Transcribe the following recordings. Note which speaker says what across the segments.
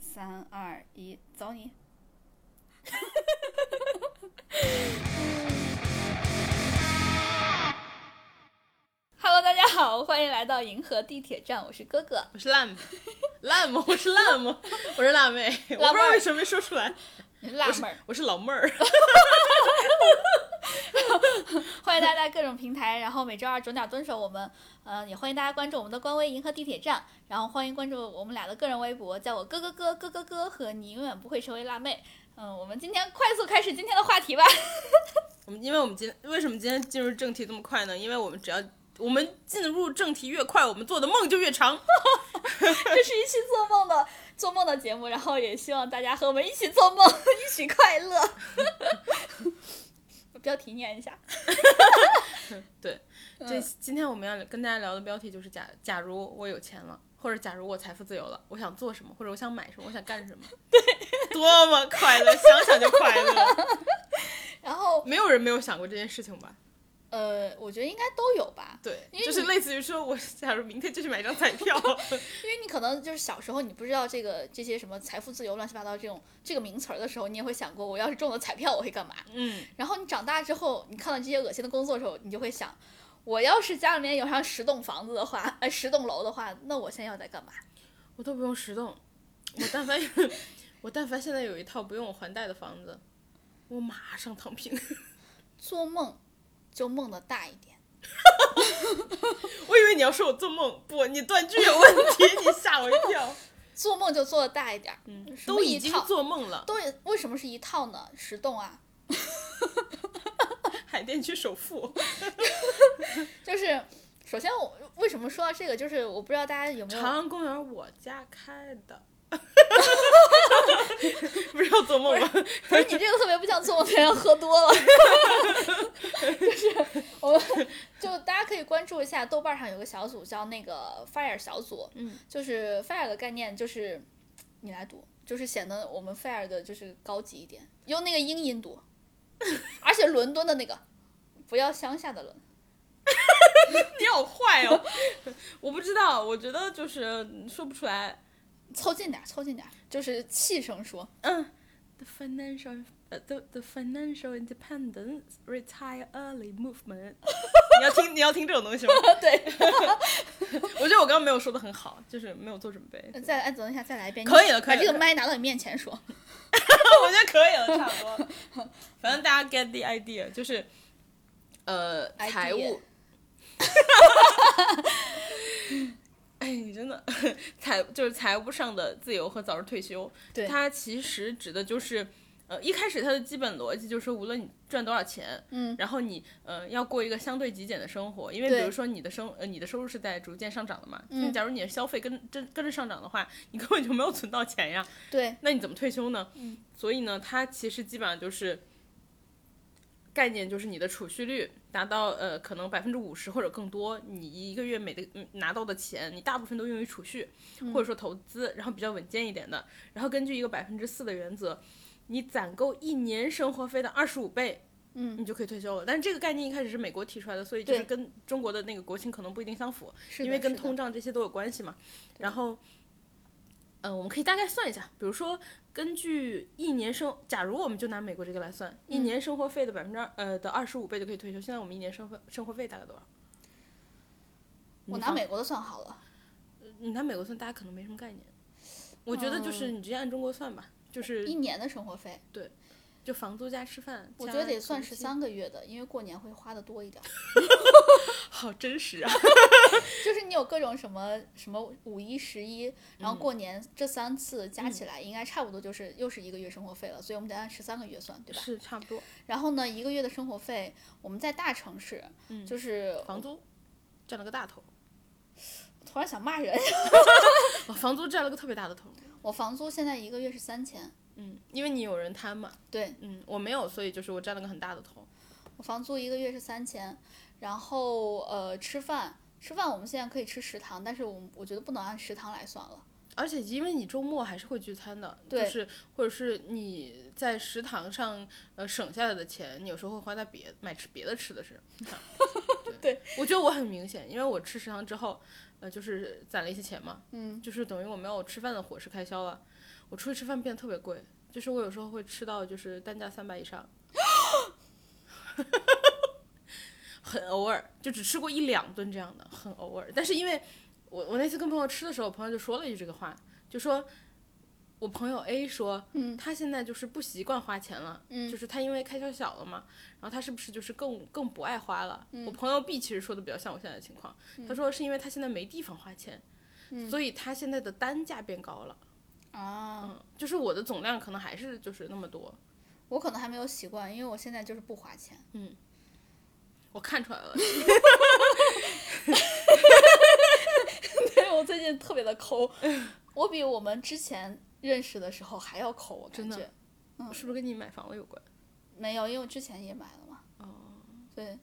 Speaker 1: 三二一，走你！Hello，大家好，欢迎来到银河地铁站，我是哥哥。
Speaker 2: 我是烂妹，烂吗？我是烂吗？我是辣 妹，我不知道为什么没说出来。
Speaker 1: 你是辣妹儿，
Speaker 2: 我是老妹儿，
Speaker 1: 欢迎大家在各种平台，然后每周二准点蹲守我们，呃，也欢迎大家关注我们的官微“银河地铁站”，然后欢迎关注我们俩的个人微博，叫我哥哥哥哥哥哥和你永远不会成为辣妹。嗯、我们今天快速开始今天的话题吧。
Speaker 2: 我们因为我们今天为什么今天进入正题这么快呢？因为我们只要我们进入正题越快，我们做的梦就越长。
Speaker 1: 这是一期做梦的做梦的节目，然后也希望大家和我们一起做梦， 一起快乐。 我标题念一下， 嗯
Speaker 2: 对，这今天我们要跟大家聊的标题就是假假如我有钱了，或者假如我财富自由了，我想做什么，或者我想买什么，我想干什么。 对，多么快乐，想想就快 乐。
Speaker 1: 然后
Speaker 2: 没有人没有想过这件事情吧？
Speaker 1: 呃，我觉得应该都有吧，
Speaker 2: 对，
Speaker 1: 因为
Speaker 2: 就是
Speaker 1: 你
Speaker 2: 类似于说，我假如明天就去买一张彩 票。
Speaker 1: 因为你可能就是小时候你不知道这个这些什么财富自由、乱七八糟这种这个名词儿的时候，你也会想过我要是中了彩票我会干嘛。
Speaker 2: 嗯，
Speaker 1: 然后你长大之后，你看到这些恶心的工作的时候，你就会想，我要是家里面有上十栋房子的话，呃，十栋楼的话，那我现在要在干嘛？
Speaker 2: 我都不用实动，我但凡 我但凡现在有一套不用我还贷的房子，我马上躺平。
Speaker 1: 做梦就梦的大一点。
Speaker 2: 我以为你要说我做梦，不，你断句有问题， 你吓我一跳。
Speaker 1: 做梦就做的大一点儿，
Speaker 2: 嗯，
Speaker 1: 什么
Speaker 2: 都
Speaker 1: 一
Speaker 2: 已经
Speaker 1: 套
Speaker 2: 做梦了，
Speaker 1: 都有为什么是一套呢？十栋啊，
Speaker 2: 海淀区首 富，
Speaker 1: 就是首先我为什么说到这个，就是我不知道大家有没
Speaker 2: 长
Speaker 1: 有，
Speaker 2: 安公园我家开 的。不是要做梦吗？
Speaker 1: 不是你这个特别不像做梦的人喝多 了，就是我们就大家可以关注一下豆瓣上有个小组叫那个 Fire 小组，
Speaker 2: 嗯，
Speaker 1: 就是 Fire 的概念就是你来读，就是显得我们 Fire 的就是高级一点，用那个英音读，而且伦敦的那个，不要乡下的伦。
Speaker 2: 你好坏哦！ 我不知道，我觉得就是说不出来。
Speaker 1: 凑近点儿，凑近点儿，就是气声说。
Speaker 2: 嗯，the financial 呃、the the financial independence retire early movement 。你要听你要听这种东西吗？
Speaker 1: 对，
Speaker 2: 我觉得我刚刚没有说的很好，就是没有做准备。
Speaker 1: 再按等一下，再来一遍。
Speaker 2: 可以了
Speaker 1: 你
Speaker 2: 可以了
Speaker 1: 把这个麦拿到你面前说。
Speaker 2: 我觉得可以了，差不多。 反正大家 get the idea，就是呃
Speaker 1: Idea
Speaker 2: 财务。哎，你真的财就是财务上的自由和早日退休，
Speaker 1: 对
Speaker 2: 它其实指的就是。呃，一开始它的基本逻辑就是，无论你赚多少钱，
Speaker 1: 嗯，
Speaker 2: 然后你呃要过一个相对极简的生活，因为
Speaker 1: 对
Speaker 2: 比如说你的生呃你的收入是在逐渐上涨的嘛，
Speaker 1: 嗯
Speaker 2: 那假如你的消费跟跟跟着上涨的话，你根本就没有存到钱呀，
Speaker 1: 对，
Speaker 2: 那你怎么退休呢？
Speaker 1: 嗯，
Speaker 2: 所以呢，它其实基本上就是概念，就是你的储蓄率达到呃可能百分之五十或者更多，你一个月每的嗯拿到的钱，你大部分都用于储蓄
Speaker 1: 嗯
Speaker 2: 或者说投资，然后比较稳健一点的，然后根据一个百分之四的原则。你攒够一年生活费的二十五倍，
Speaker 1: 嗯，
Speaker 2: 你就可以退休了。但是这个概念一开始是美国提出来的，所以就是
Speaker 1: 对
Speaker 2: 跟中国的那个国情可能不一定相符。
Speaker 1: 是的
Speaker 2: 因为跟
Speaker 1: 是的
Speaker 2: 通胀这些都有关系嘛。然后，呃，我们可以大概算一下，比如说根据一年生，假如我们就拿美国这个来算，一
Speaker 1: 嗯
Speaker 2: 年生活费的百分之二呃的二十五倍就可以退休。现在我们一年生活生活费大概多少？
Speaker 1: 我
Speaker 2: 你
Speaker 1: 拿
Speaker 2: 放
Speaker 1: 美国的算好了。
Speaker 2: 你拿美国算，大家可能没什么概念。我觉得就是
Speaker 1: 嗯
Speaker 2: 你直接按中国算吧，就是
Speaker 1: 一年的生活费，
Speaker 2: 就房租加吃饭，
Speaker 1: 我
Speaker 2: 加
Speaker 1: 觉得得算
Speaker 2: 储蓄
Speaker 1: 十。三个月的，因为过年会花的多一点儿。
Speaker 2: 好真实啊！
Speaker 1: 就是你有各种什么什么五一、十一，然后过年这三次加起来，应该差不多就是又是一个月生活费了。所以我们得按十三个月算，对吧？
Speaker 2: 是差不多，
Speaker 1: 然后呢，一个月的生活费，我们在大城市，
Speaker 2: 嗯
Speaker 1: 就是
Speaker 2: 房租占了个大头，
Speaker 1: 突然想骂人，
Speaker 2: 哦房租占了个特别大的头。
Speaker 1: 我房租现在一个月是三千，
Speaker 2: 嗯，因为你有人摊嘛，
Speaker 1: 对
Speaker 2: 嗯，我没有，所以就是我占了个很大的头。
Speaker 1: 我房租一个月是三千，然后呃吃饭吃饭我们现在可以吃食堂，但是我们我觉得不能按食堂来算了，
Speaker 2: 而且因为你周末还是会聚餐的，
Speaker 1: 对
Speaker 2: 就是或者是你在食堂上呃省下来的钱，你有时候会花在别买吃别的吃的是。
Speaker 1: 对，
Speaker 2: 我觉得我很明显，因为我吃食堂之后，呃，就是攒了一些钱嘛，
Speaker 1: 嗯，
Speaker 2: 就是等于我没有吃饭的伙食开销了。我出去吃饭变得特别贵，就是我有时候会吃到就是单价三百 以上，很偶尔，就只吃过一两顿这样的，很偶尔。但是因为我我那次跟朋友吃的时候，朋友就说了一句这个话，就说我朋友 A 说，嗯，他现在就是不习惯花钱了，嗯，就是他因为开销小了嘛，然后他是不是就是更更不爱花了？
Speaker 1: 嗯
Speaker 2: 我朋友 B 其实说的比较像我现在的情况，他说是因为他现在没地方花钱，
Speaker 1: 嗯
Speaker 2: 所以他现在的单价变高了。嗯
Speaker 1: 啊，
Speaker 2: 就是我的总量可能还是就是那么多，
Speaker 1: 我可能还没有习惯，因为我现在就是不花钱。
Speaker 2: 我看出来 了。
Speaker 1: 对我最近特别的 抠，我比我们之前认识的时候还要抠，我感
Speaker 2: 真的
Speaker 1: 觉嗯
Speaker 2: 是不是跟你买房了有关？
Speaker 1: 没有，因为我之前也买了嘛。哦，对，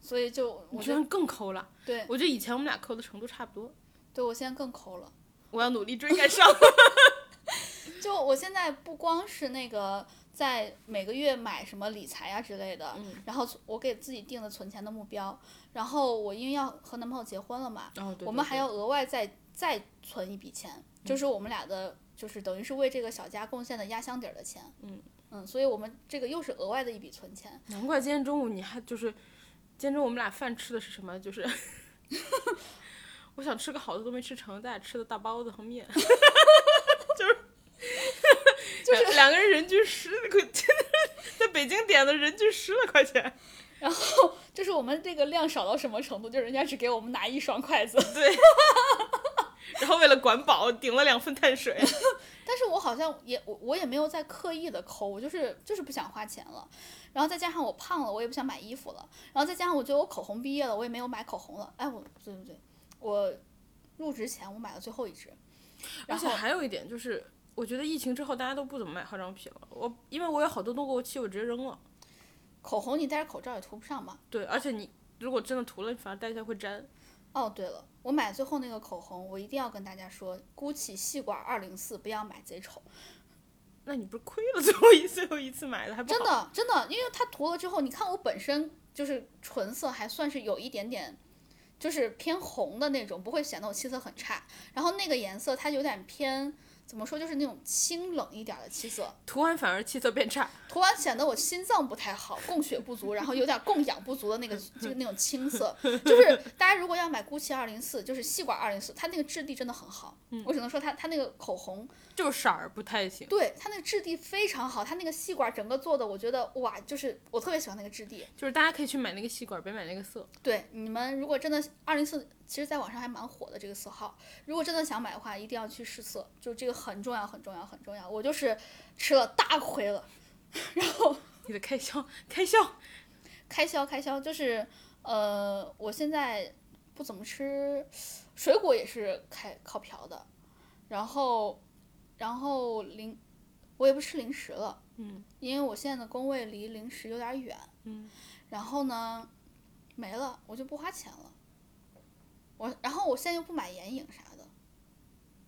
Speaker 1: 所以就
Speaker 2: 我
Speaker 1: 我
Speaker 2: 觉
Speaker 1: 就
Speaker 2: 得更抠了。
Speaker 1: 对
Speaker 2: 我觉得以前我们俩抠的程度差不多。
Speaker 1: 对我现在更抠了。
Speaker 2: 我要努力追赶上。
Speaker 1: 就我现在不光是那个在每个月买什么理财啊呀、之类的，
Speaker 2: 嗯
Speaker 1: 然后存我给自己定的存钱的目标，然后我因为要和男朋友结婚了嘛，
Speaker 2: 哦，对嗯
Speaker 1: 我们还要额外再再存一笔钱，就是我们俩的，就是等于是为这个小家贡献的压箱底儿的钱。
Speaker 2: 嗯
Speaker 1: 嗯，所以我们这个又是额外的一笔存钱。
Speaker 2: 难怪今天中午你还就是，今天中午我们俩饭吃的是什么？就是，我想吃个好的都没吃成，咱俩吃的大包子和 面，就是 就是两两个人人均十块，真的是在北京点的人均十来块钱。
Speaker 1: 就是我们这个量少到什么程度？就是人家只给我们拿一双筷子，
Speaker 2: 对。然后为了管饱，顶了两份碳 水。
Speaker 1: 但是我好像也我我也没有在刻意的抠，我就是就是不想花钱了，然后再加上我胖了，我也不想买衣服了，然后再加上我觉得我口红毕业了，我也没有买口红了。哎，我对对对，我入职前我买了最后一支，
Speaker 2: 而
Speaker 1: 然
Speaker 2: 且
Speaker 1: 后
Speaker 2: 还有一点就是，我觉得疫情之后大家都不怎么买化妆品了。我因为我有好多都过期，我直接扔了。
Speaker 1: 口红你戴着口罩也涂不上嘛。
Speaker 2: 对，而且你如果真的涂了，反而戴起来会粘。
Speaker 1: 哦，对了，我买最后那个口红，我一定要跟大家说，GUCCI 细管二零四不要买，贼丑，
Speaker 2: 那你不是亏了最后一最后一次买的，还不
Speaker 1: 真
Speaker 2: 好
Speaker 1: 的真的，因为它涂了之后，你看我本身就是唇色还算是有一点点，就是偏红的那种，不会显得我气色很差。然后那个颜色它有点偏，怎么说，就是那种清冷一点的气色，
Speaker 2: 涂完反而气色变差。
Speaker 1: 涂完显得我心脏不太好，供血不足，然后有点供氧不足的那个就是那种青色。就是大家如果要买 GUCCI 二零四，就是细管二零四，它那个质地真的很好，我只能说它它那个口红。
Speaker 2: 就是色儿不太行。
Speaker 1: 对它那个质地非常好，它那个细管整个做的，我觉得哇，就是我特别喜欢那个质地。
Speaker 2: 就是大家可以去买那个细管，别买那个色。
Speaker 1: 对你们如果真的二零四，其实在网上还蛮火的这个色号，如果真的想买的话，一定要去试色，就这个很重要，很重要，很重要。我就是吃了大亏了，
Speaker 2: 你的开销，开销，
Speaker 1: 开销开销就是呃，我现在不怎么吃水果，也是开靠嫖的，然后然后零我也不吃零食了，
Speaker 2: 嗯，
Speaker 1: 因为我现在的工位离零食有点远，
Speaker 2: 嗯，
Speaker 1: 然后呢，没了，我就不花钱了。我然后我现在又不买眼影啥的，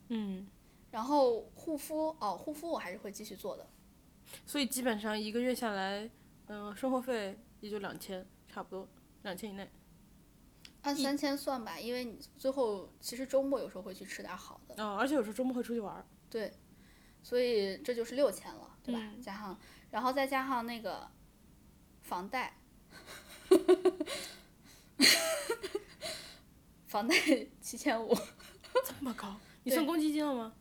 Speaker 2: 嗯，
Speaker 1: 然后护肤哦，护肤我还是会继续做的。
Speaker 2: 所以基本上一个月下来，嗯、生活费也就两千，差不多两千以内。
Speaker 1: 按三千算吧，因为你最后其实周末有时候会去吃点好的，
Speaker 2: 嗯、而且有时候周末会出去玩儿。
Speaker 1: 对，所以这就是六千了，对吧？
Speaker 2: 嗯
Speaker 1: 加上然后再加上那个房贷， 房贷七千五
Speaker 2: 这么高？你
Speaker 1: 对
Speaker 2: 算公积金了吗？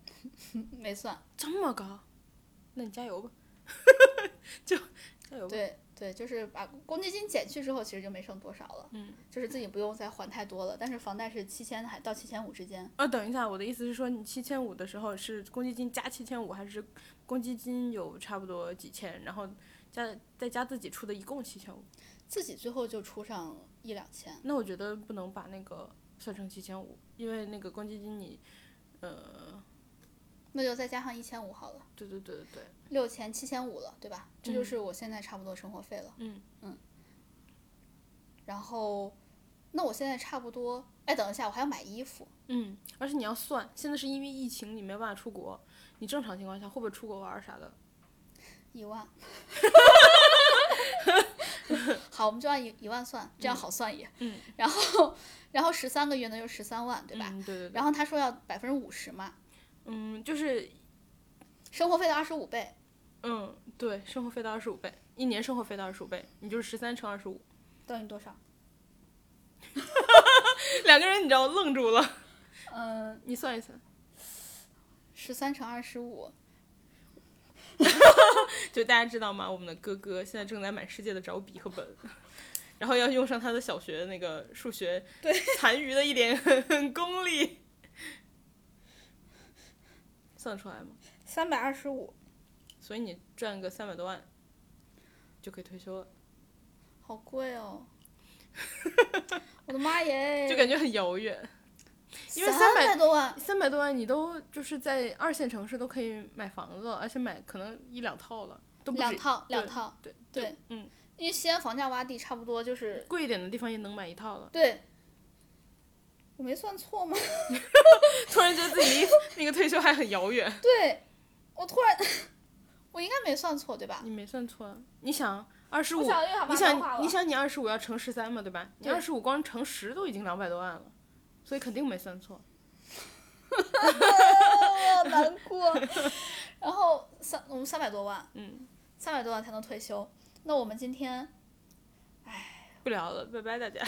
Speaker 1: 没算，
Speaker 2: 这么高？那你加油 吧，就加油吧。
Speaker 1: 对对，就是把公积金减去之后，其实就没剩多少了。
Speaker 2: 嗯，
Speaker 1: 就是自己不用再还太多了，但是房贷是七千还到七千五之间。
Speaker 2: 啊，等一下，我的意思是说，你七千五的时候是公积金加七千五，还是公积金有差不多几千，然后加再加自己出的一共七千五？
Speaker 1: 自己最后就出上一两千，
Speaker 2: 那我觉得不能把那个算成七千五，因为那个公积金你，呃，
Speaker 1: 那就再加上一千五好了，
Speaker 2: 对对对对对，
Speaker 1: 六千七千五了，对吧？这就是我现在差不多生活费了。
Speaker 2: 嗯
Speaker 1: 然后，那我现在差不多，哎，等一下，我还要买衣服。
Speaker 2: 嗯，而且你要算，现在是因为疫情你没办法出国，你正常情况下会不会出国玩儿啥的？
Speaker 1: 一万。 好，我们就按一一万算，这样好算也。
Speaker 2: 嗯。
Speaker 1: 然后，然后十三个月呢，
Speaker 2: 啊
Speaker 1: 就是十三万，对吧？
Speaker 2: 嗯，对对对，
Speaker 1: 然后他说要百分之五十嘛，
Speaker 2: 嗯，就是
Speaker 1: 生活费的二十五倍。
Speaker 2: 嗯，对，生活费的二十五倍，一年生活费的二十五倍，你就是十三乘二十五。
Speaker 1: 等于多少？
Speaker 2: 两个人你知道愣住了，
Speaker 1: 嗯，
Speaker 2: 你算一算，
Speaker 1: 十三乘二十五，
Speaker 2: 就大家知道吗？我们的哥哥现在正在满世界的找笔和本，然后要用上他的小学那个数学
Speaker 1: 对
Speaker 2: 残余的一点 功力，算得出来吗？
Speaker 1: 三百二十五，
Speaker 2: 所以你赚个三百多万就可以退休了，
Speaker 1: 好贵哦！ 我的妈耶！
Speaker 2: 就感觉很遥远。因为
Speaker 1: 三
Speaker 2: 300
Speaker 1: 多万，
Speaker 2: 三百多万你都就是在二线城市都可以买房子了，而且买可能一两套了，都不
Speaker 1: 两
Speaker 2: 止。
Speaker 1: 套
Speaker 2: 对
Speaker 1: 两套，
Speaker 2: 对
Speaker 1: 对，
Speaker 2: 嗯，
Speaker 1: 因为西安房价洼地差不多就是
Speaker 2: 贵一点的地方也能买一套了。
Speaker 1: 对，我没算错吗？
Speaker 2: 突然觉得自己离那个退休还很遥远。
Speaker 1: 对，我突然我应该没算错对吧？
Speaker 2: 你没算错啊，你想二十
Speaker 1: 我
Speaker 2: 五，
Speaker 1: 想又想
Speaker 2: 你想你
Speaker 1: 想
Speaker 2: 想你二十五要乘十三嘛，对吧？你
Speaker 1: 对
Speaker 2: 二十五光乘十都已经两百多万了，所以肯定没算错。哦
Speaker 1: 难过， 然后三我们三百多万，
Speaker 2: 嗯，
Speaker 1: 三百多万才能退休。那我们今天
Speaker 2: 不聊了，拜拜大家。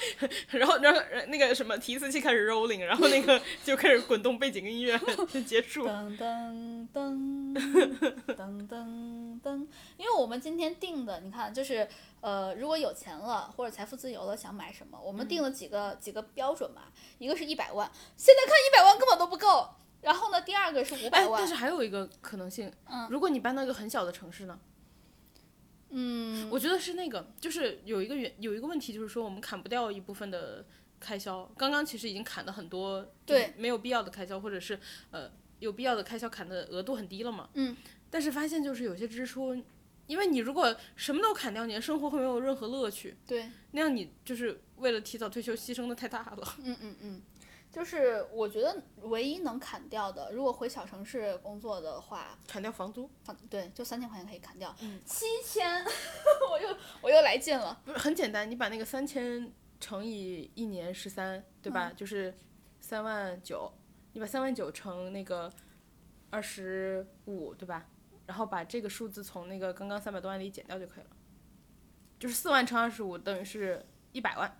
Speaker 2: 然后然后然后那个什么提词器开始 rolling，然后 那个就开始滚动背景音乐就结束。
Speaker 1: 噔噔 噔噔噔噔，因为我们今天定的，你看就是呃，如果有钱了或者财富自由了，想买什么，我们定了几个、几个标准嘛，一个是一百万，现在看一百万根本都不够。然后呢，第二个是五
Speaker 2: 哎
Speaker 1: 百，万
Speaker 2: 但，是还有一个可能性，
Speaker 1: 嗯
Speaker 2: 如果你搬到一个很小的城市呢？
Speaker 1: 嗯，
Speaker 2: 我觉得是那个，就是有一个原有一个问题，就是说我们砍不掉一部分的开销。刚刚其实已经砍了很多，
Speaker 1: 对，
Speaker 2: 没有必要的开销，或者是呃有必要的开销砍的额度很低了嘛。
Speaker 1: 嗯。
Speaker 2: 但是发现就是有些支出，因为你如果什么都砍掉，你的生活会没有任何乐趣，
Speaker 1: 对，
Speaker 2: 那样你就是为了提早退休牺牲的太大了。
Speaker 1: 嗯嗯嗯，就是我觉得唯一能砍掉的，如果回小城市工作的话，
Speaker 2: 砍掉房租
Speaker 1: 反对，就三千块钱可以砍掉，
Speaker 2: 嗯
Speaker 1: 七千， 我又我又来劲了，
Speaker 2: 不是很简单，你把那个三千乘以一年十三，对吧？就是三万九，你把三万九乘那个二十五，对吧？然后把这个数字从那个刚刚三百多万里减掉就可以了，就是四万乘二十五等于是一百万，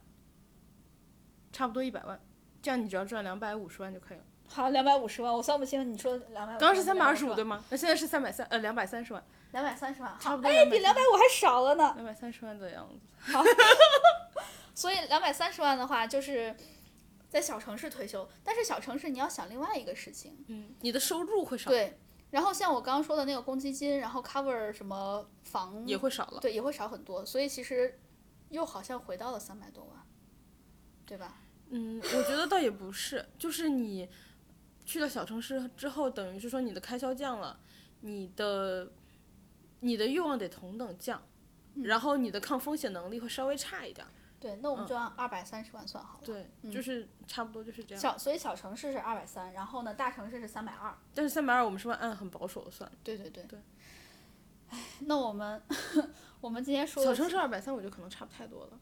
Speaker 2: 差不多一百万。这样你只要赚两百五十万就可以了。
Speaker 1: 好，两百五十万，我算不清，你说两百，
Speaker 2: 刚刚是呃三百二十五对吗？那现在是三百三呃两百三十万，
Speaker 1: 两百三十万，
Speaker 2: 差
Speaker 1: 好，
Speaker 2: 不多
Speaker 1: 哎，
Speaker 2: 230
Speaker 1: 比两百五还少了呢，
Speaker 2: 两百三十万的样子。
Speaker 1: 所以两百三十万的话，就是在小城市退休，但是小城市你要想另外一个事情，
Speaker 2: 嗯，你的收入会少，
Speaker 1: 对，然后像我刚刚说的那个公积金，然后 cover 什么房
Speaker 2: 也会少了。
Speaker 1: 对，也会少很多。所以其实又好像回到了三百多万，对吧？
Speaker 2: 嗯，我觉得倒也不是，就是你去了小城市之后，等于是说你的开销降了，你的你的欲望得同等降，然后你的抗风险能力会稍微差一点儿。
Speaker 1: 对，那我
Speaker 2: 嗯
Speaker 1: 们就按二百三十万算好了。
Speaker 2: 对，就是差不多就是这样。
Speaker 1: 小所以小城市是二百三，然后呢大城市是三百二。
Speaker 2: 但是三百二我们是不是按很保守的算，
Speaker 1: 对对对
Speaker 2: 对。
Speaker 1: 唉，那我们 我们今天说
Speaker 2: 小
Speaker 1: 的
Speaker 2: 城市二百三我觉得可能差不太多了。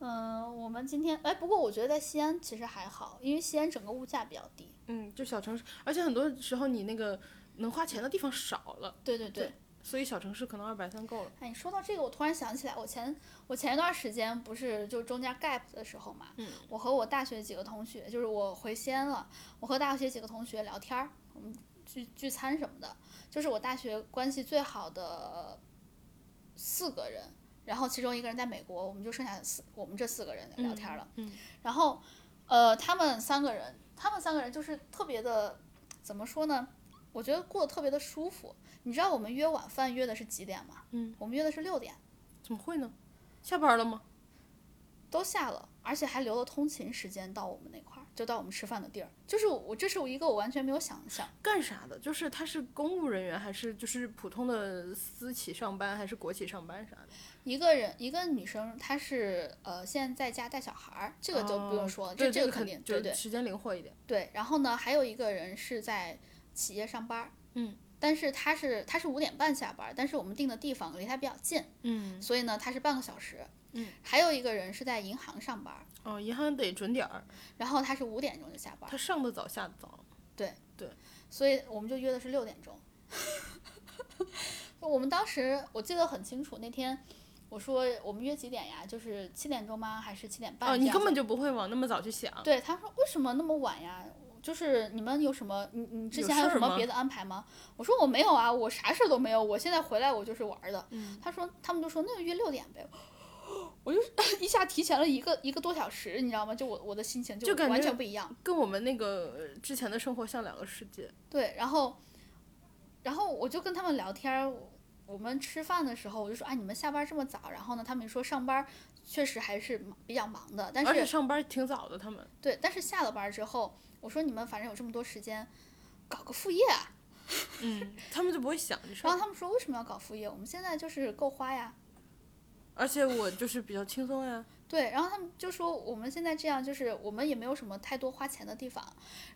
Speaker 1: 嗯、我们今天哎，不过我觉得在西安其实还好，因为西安整个物价比较低。
Speaker 2: 嗯，就小城市，而且很多时候你那个能花钱的地方少了，
Speaker 1: 对对对。
Speaker 2: 所以小城市可能二百三够了。
Speaker 1: 哎，你说到这个，我突然想起来，我前我前一段时间不是就中间 gap 的时候嘛，
Speaker 2: 嗯
Speaker 1: 我和我大学几个同学，就是我回西安了，我和大学几个同学聊天儿，我们聚聚餐什么的，就是我大学关系最好的四个人，然后其中一个人在美国，我们就剩下四我们这四个人聊天了，
Speaker 2: 嗯，
Speaker 1: 然后呃，他们三个人，他们三个人就是特别的，怎么说呢？我觉得过得特别的舒服。你知道我们约晚饭约的是几点吗？
Speaker 2: 嗯，
Speaker 1: 我们约的是六点，
Speaker 2: 怎么会呢？下班了吗？
Speaker 1: 都下了，而且还留了通勤时间到我们那块儿，就到我们吃饭的地儿。就是我，这是我一个我完全没有想象。
Speaker 2: 干啥的？就是他是公务人员，还是就是普通的私企上班，还是国企上班啥的？
Speaker 1: 一个人，一个女生，她是呃现在在家带小孩儿，这个就不用说了，
Speaker 2: 哦
Speaker 1: 这
Speaker 2: 对
Speaker 1: 这个
Speaker 2: 肯
Speaker 1: 肯定对
Speaker 2: 就
Speaker 1: 对
Speaker 2: 时间灵活一点。
Speaker 1: 对。然后呢，还有一个人是在企业上班，
Speaker 2: 嗯，
Speaker 1: 但是她是她是五点半下班，但是我们定的地方离她比较近，
Speaker 2: 嗯，
Speaker 1: 所以呢她是半个小时，
Speaker 2: 嗯，
Speaker 1: 还有一个人是在银行上班，
Speaker 2: 哦，银行得准点儿，
Speaker 1: 然后她是五点钟就下班，
Speaker 2: 他上的早，下的早。
Speaker 1: 所以我们就约的是六点钟。我们当时我记得很清楚，那天我说我们约几点呀？就是七点钟吗？还是七点半？
Speaker 2: 哦，你根本
Speaker 1: 就
Speaker 2: 就不会往那么早去想。
Speaker 1: 对他说为什么那么晚呀？就是你们有什么？你你之
Speaker 2: 有
Speaker 1: 前还有
Speaker 2: 事
Speaker 1: 什
Speaker 2: 儿
Speaker 1: 么
Speaker 2: 吗
Speaker 1: 别的安排吗？我说我没有啊，我啥事儿都没有。我现在回来我就是玩儿的。
Speaker 2: 嗯
Speaker 1: 他说他们就说那就约六点呗。我就 一下提前了一个一个多小时，你知道吗？就我我的心情
Speaker 2: 就感
Speaker 1: 完
Speaker 2: 觉
Speaker 1: 全不一样。
Speaker 2: 跟我们那个呃之前的生活像两个世界。
Speaker 1: 对，然后，然后我就跟他们聊天儿，我我们吃饭的时候我就说，哎，你们下班这么早？然后呢，他们说上班确实还是忙比较忙的，但
Speaker 2: 而且
Speaker 1: 是
Speaker 2: 上班挺早的，他们
Speaker 1: 对，但是下了班之后，我说你们反正有这么多时间，搞个副业啊。
Speaker 2: 嗯，他们就不会想这事
Speaker 1: 然后
Speaker 2: 儿。
Speaker 1: 他们说为什么要搞副业？我们现在就是够花呀。
Speaker 2: 而且我就是比较轻松呀，
Speaker 1: 对，然后他们就说我们现在这样，就是我们也没有什么太多花钱的地方，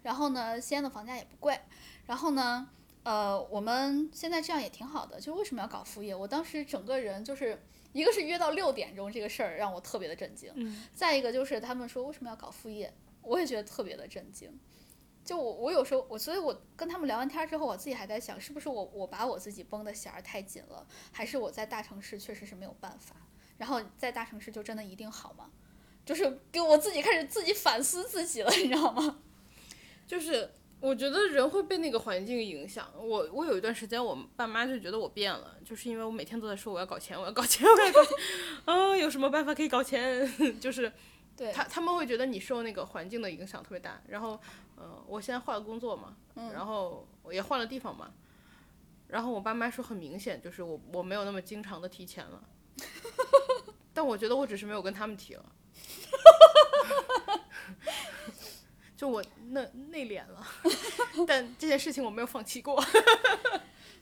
Speaker 1: 然后呢，西安的房价也不贵，然后呢，呃，我们现在这样也挺好的，就为什么要搞副业？我当时整个人就是一个是约到六点钟这个事儿让我特别的震惊，
Speaker 2: 嗯，
Speaker 1: 再一个就是他们说为什么要搞副业，我也觉得特别的震惊。就我，我有时候我，所以我跟他们聊完天儿之后，我自己还在想，是不是我我把我自己绷的弦儿太紧了，还是我在大城市确实是没有办法，然后在大城市就真的一定好吗？就是给我自己开始自己反思自己了， 你知道吗？
Speaker 2: 就是我觉得人会被那个环境影响。我我有一段时间，我爸妈就觉得我变了，就是因为我每天都在说我要搞钱，我要搞钱，我要搞钱， 啊，有什么办法可以搞钱？ 就是
Speaker 1: 对，
Speaker 2: 他他们会觉得你受那个环境的影响特别大。然后，呃，我现在换了工作嘛，然后我也换了地方嘛，然后我爸妈说很明显，就是我我没有那么经常的提钱 了，但我觉得我只是没有跟他们提了，就我内内敛了， 但这件事情我没有放弃过。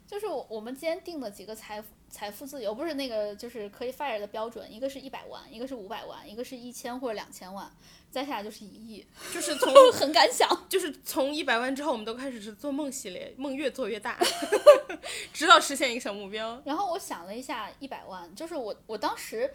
Speaker 1: 就是我我们今天定的几个财富财富自由，不是那个就是可以 fire 的标准，一个是一百万，一个是五百万，一个是一千或者两千万，再下来就是一亿，
Speaker 2: 就是从
Speaker 1: 很敢想。
Speaker 2: 就是从一百万之后，我们都开始是做梦系列，梦越做越大， 直到实现一个小目标。
Speaker 1: 然后我想了一下，一百万，就是我我当时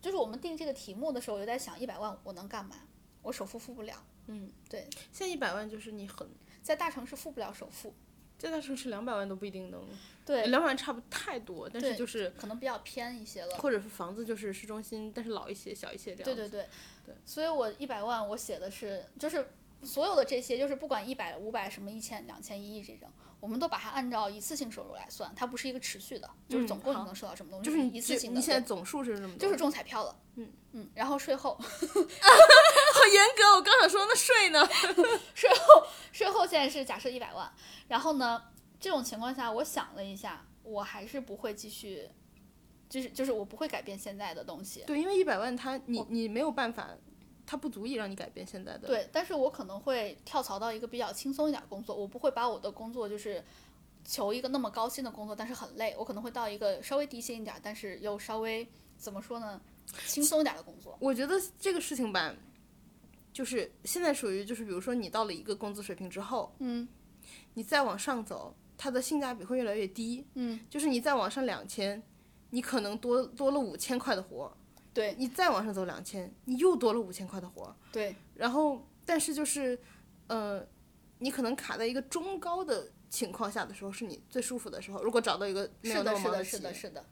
Speaker 1: 就是我们定这个题目的时候，我就在想，一百万我能干嘛？我首付付不了，
Speaker 2: 嗯，
Speaker 1: 对，
Speaker 2: 现在一百万就是你很
Speaker 1: 在大城市付不了首付，
Speaker 2: 在大城市两百万都不一定能，
Speaker 1: 对，
Speaker 2: 两百万差不太多，但是
Speaker 1: 对
Speaker 2: 就是
Speaker 1: 可能比较偏一些了。
Speaker 2: 或者是房子就是市中心，但是老一些、小一些这样。
Speaker 1: 对对对，
Speaker 2: 对
Speaker 1: 所以我一百万我写的是，就是所有的这些，就是不管一百、五百、什么一千、两千、一亿这种，我们都把它按照一次性收入来算，它不是一个持续的，就是
Speaker 2: 嗯
Speaker 1: 总共你
Speaker 2: 好
Speaker 1: 能收到什么东西，
Speaker 2: 就是你
Speaker 1: 一次性的，
Speaker 2: 你现在
Speaker 1: 对
Speaker 2: 总数是这么多，
Speaker 1: 就是中彩票了。
Speaker 2: 嗯
Speaker 1: 嗯，然后税后，
Speaker 2: 好严格。我刚想说那税呢？
Speaker 1: 税后，税后现在是假设一百万，然后呢，这种情况下，我想了一下，我还是不会继续，就是就是我不会改变现在的东西，
Speaker 2: 对，因为一百万它你你没有办法，它不足以让你改变现在的。，
Speaker 1: 对，但是我可能会跳槽到一个比较轻松一点的工作，我不会把我的工作就是求一个那么高薪的工作，但是很累。我可能会到一个稍微低薪一点，但是又稍微怎么说呢，轻松一点的工作。
Speaker 2: 我觉得这个事情吧，就是现在属于就是比如说你到了一个工资水平之后，
Speaker 1: 嗯
Speaker 2: 你再往上走，它的性价比会越来越低。
Speaker 1: 嗯，
Speaker 2: 就是你再往上两千，你可能多多了五千块的活儿。
Speaker 1: 对
Speaker 2: 你再往上走两千，你又多了五千块的活儿。
Speaker 1: 对
Speaker 2: 然后，但是就是，呃，你可能卡在一个中高的情况下的时候，是你最舒服的时候。如果找到一个没有
Speaker 1: 是
Speaker 2: 那
Speaker 1: 的，
Speaker 2: 么
Speaker 1: 是
Speaker 2: 忙
Speaker 1: 的，
Speaker 2: 企
Speaker 1: 是
Speaker 2: 业
Speaker 1: 的，，是的。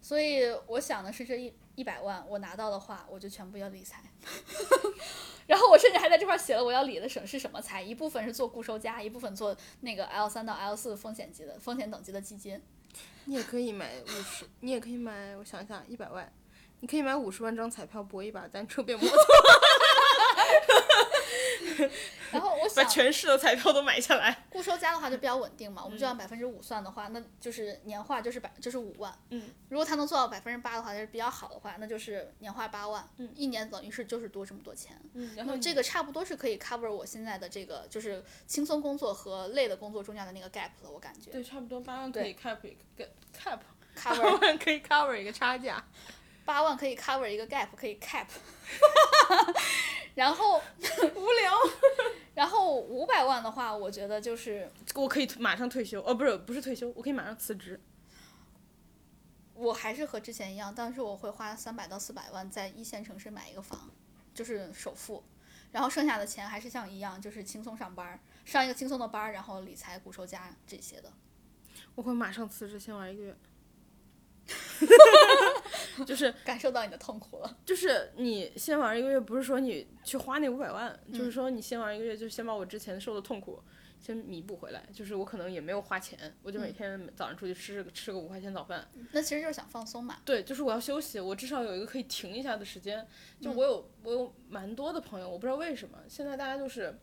Speaker 1: 所以我想的是，这一一百万我拿到的话，我就全部要理财。 然后我甚至还在这块儿写了我要理的省是什么财，一部分是做固收加，一部分做那个 L 三到 L 四风险级的风险等级的基金。
Speaker 2: 你也可以买五十，你也可以买，我想一下，一百万，你可以买五十万张彩票，博一把单车变摩 托，
Speaker 1: 然后我
Speaker 2: 把
Speaker 1: 想
Speaker 2: 全市的彩票都买 下来。
Speaker 1: 固收加的话就比较稳定
Speaker 2: 嗯
Speaker 1: 嘛，我们就按百分之五算的话，那就是年化就是百就是五万。
Speaker 2: 嗯，
Speaker 1: 如果他能做到百分之八的话，就是比较好的话，那就是年化八万。
Speaker 2: 嗯，
Speaker 1: 一年等于是就是多这么多钱。
Speaker 2: 嗯，然
Speaker 1: 那这个差不多是可以 cover 我现在的这个就是轻松工作和累的工作中间的那个 gap 了，我感觉
Speaker 2: 对，差不多八万
Speaker 1: 可
Speaker 2: 可
Speaker 1: 以
Speaker 2: 以 cap 一个 cap，八
Speaker 1: cover
Speaker 2: 万可以 cover 一个差价。
Speaker 1: 八万可以 cover 一个 gap，可以 cap。然后无聊， 然后五百万的话，我觉得就是
Speaker 2: 我可以马上退休，哦，不是不是退休，我可以马上辞职。
Speaker 1: 我还是和之前一样，但是我会花三百到四百万在一线城市买一个房，就是首付，然后剩下的钱还是像一样，就是轻松上班儿，上一个轻松的班儿，然后理财、固收加这些的。
Speaker 2: 我会马上辞职，先玩一个月。 就是
Speaker 1: 感受到你的痛苦了，
Speaker 2: 就是你先玩一个月，不是说你去花那五百万，就是说你先玩一个月，就先把我之前受的痛苦先弥补回来。就是我可能也没有花钱，我就每天早上出去吃吃个五块钱早饭。
Speaker 1: 那其实就是想放松嘛。
Speaker 2: 对，就是我要休息，我至少有一个可以停一下的时间。就我有、我有蛮多的朋友，我不知道为什么现在大家就是，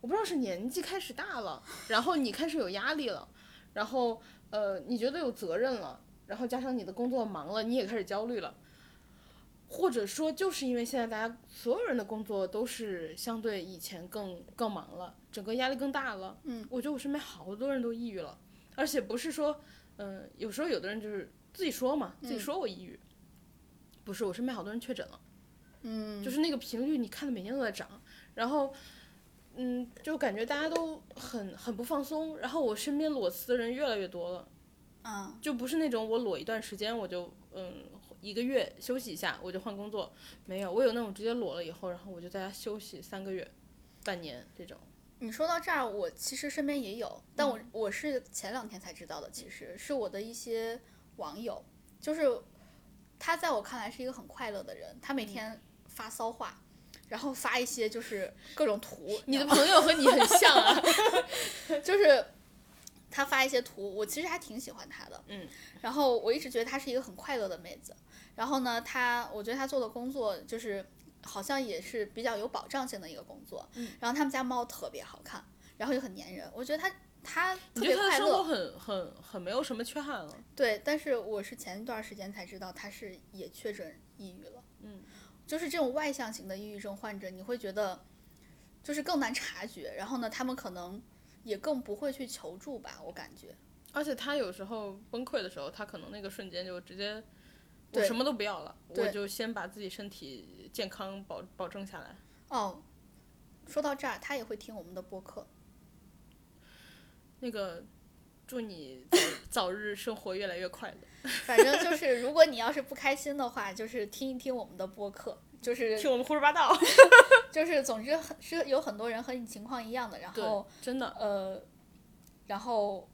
Speaker 2: 我不知道是年纪开始大了，然后你开始有压力了，然后呃你觉得有责任了，然后加上你的工作忙了，你也开始焦虑了。或者说，就是因为现在大家所有人的工作都是相对以前更更忙了，整个压力更大了。嗯，我觉得我身边好多人都抑郁了，而且不是说，嗯、有时候有的人就是自己说嘛，
Speaker 1: 嗯
Speaker 2: 自己说我抑郁，不是，我身边好多人确诊了，嗯，就是那个频率，你看的每天都在涨，然后，嗯，就感觉大家都很很不放松，然后我身边裸辞的人越来越多了，
Speaker 1: 嗯，
Speaker 2: 就不是那种我裸一段时间我就嗯一个月休息一下我就换工作，没有，我有那种直接裸了以后，然后我就在家休息三个月、半年这种，
Speaker 1: 你说到这儿，我其实身边也有，但
Speaker 2: 嗯
Speaker 1: 我、我是前两天才知道的，其实是我的一些网友，就是他在我看来是一个很快乐的人，他
Speaker 2: 嗯
Speaker 1: 每天发骚话，然后发一些就是各种图，
Speaker 2: 你的朋友和你很像啊，
Speaker 1: 就是他发一些图，我其实还挺喜欢他的，
Speaker 2: 嗯，
Speaker 1: 然后我一直觉得她是一个很快乐的妹子，然后呢，她我觉得她做的工作就是好像也是比较有保障性的一个工作，
Speaker 2: 嗯，
Speaker 1: 然后他们家猫特别好看，然后又很粘人，我觉得她她
Speaker 2: 你
Speaker 1: 特
Speaker 2: 觉
Speaker 1: 别
Speaker 2: 得
Speaker 1: 快
Speaker 2: 他的生活
Speaker 1: 乐，
Speaker 2: 很很很没有什么缺憾啊了，
Speaker 1: 对，但是我是前一段时间才知道她是也确诊抑郁了，
Speaker 2: 嗯，
Speaker 1: 就是这种外向型的抑郁症患者，你会觉得就是更难察觉，然后呢，他们可能也更不会去求助吧，我感觉。
Speaker 2: 而且他有时候崩溃的时候，他可能那个瞬间就直接，我
Speaker 1: 对
Speaker 2: 什么都不要了，我
Speaker 1: 对
Speaker 2: 就先把自己身体健康保保证下来。
Speaker 1: 哦，说到这儿，他也会听我们的播客。
Speaker 2: 那个，祝你早 早日生活越来越快乐。
Speaker 1: 反正就是，如果你要是不开心的话，就是听一听我们的播客。就是
Speaker 2: 听我们胡说八道，
Speaker 1: 就是，总之很是有很多人和你情况一样的，然后
Speaker 2: 真的。
Speaker 1: 呃，然后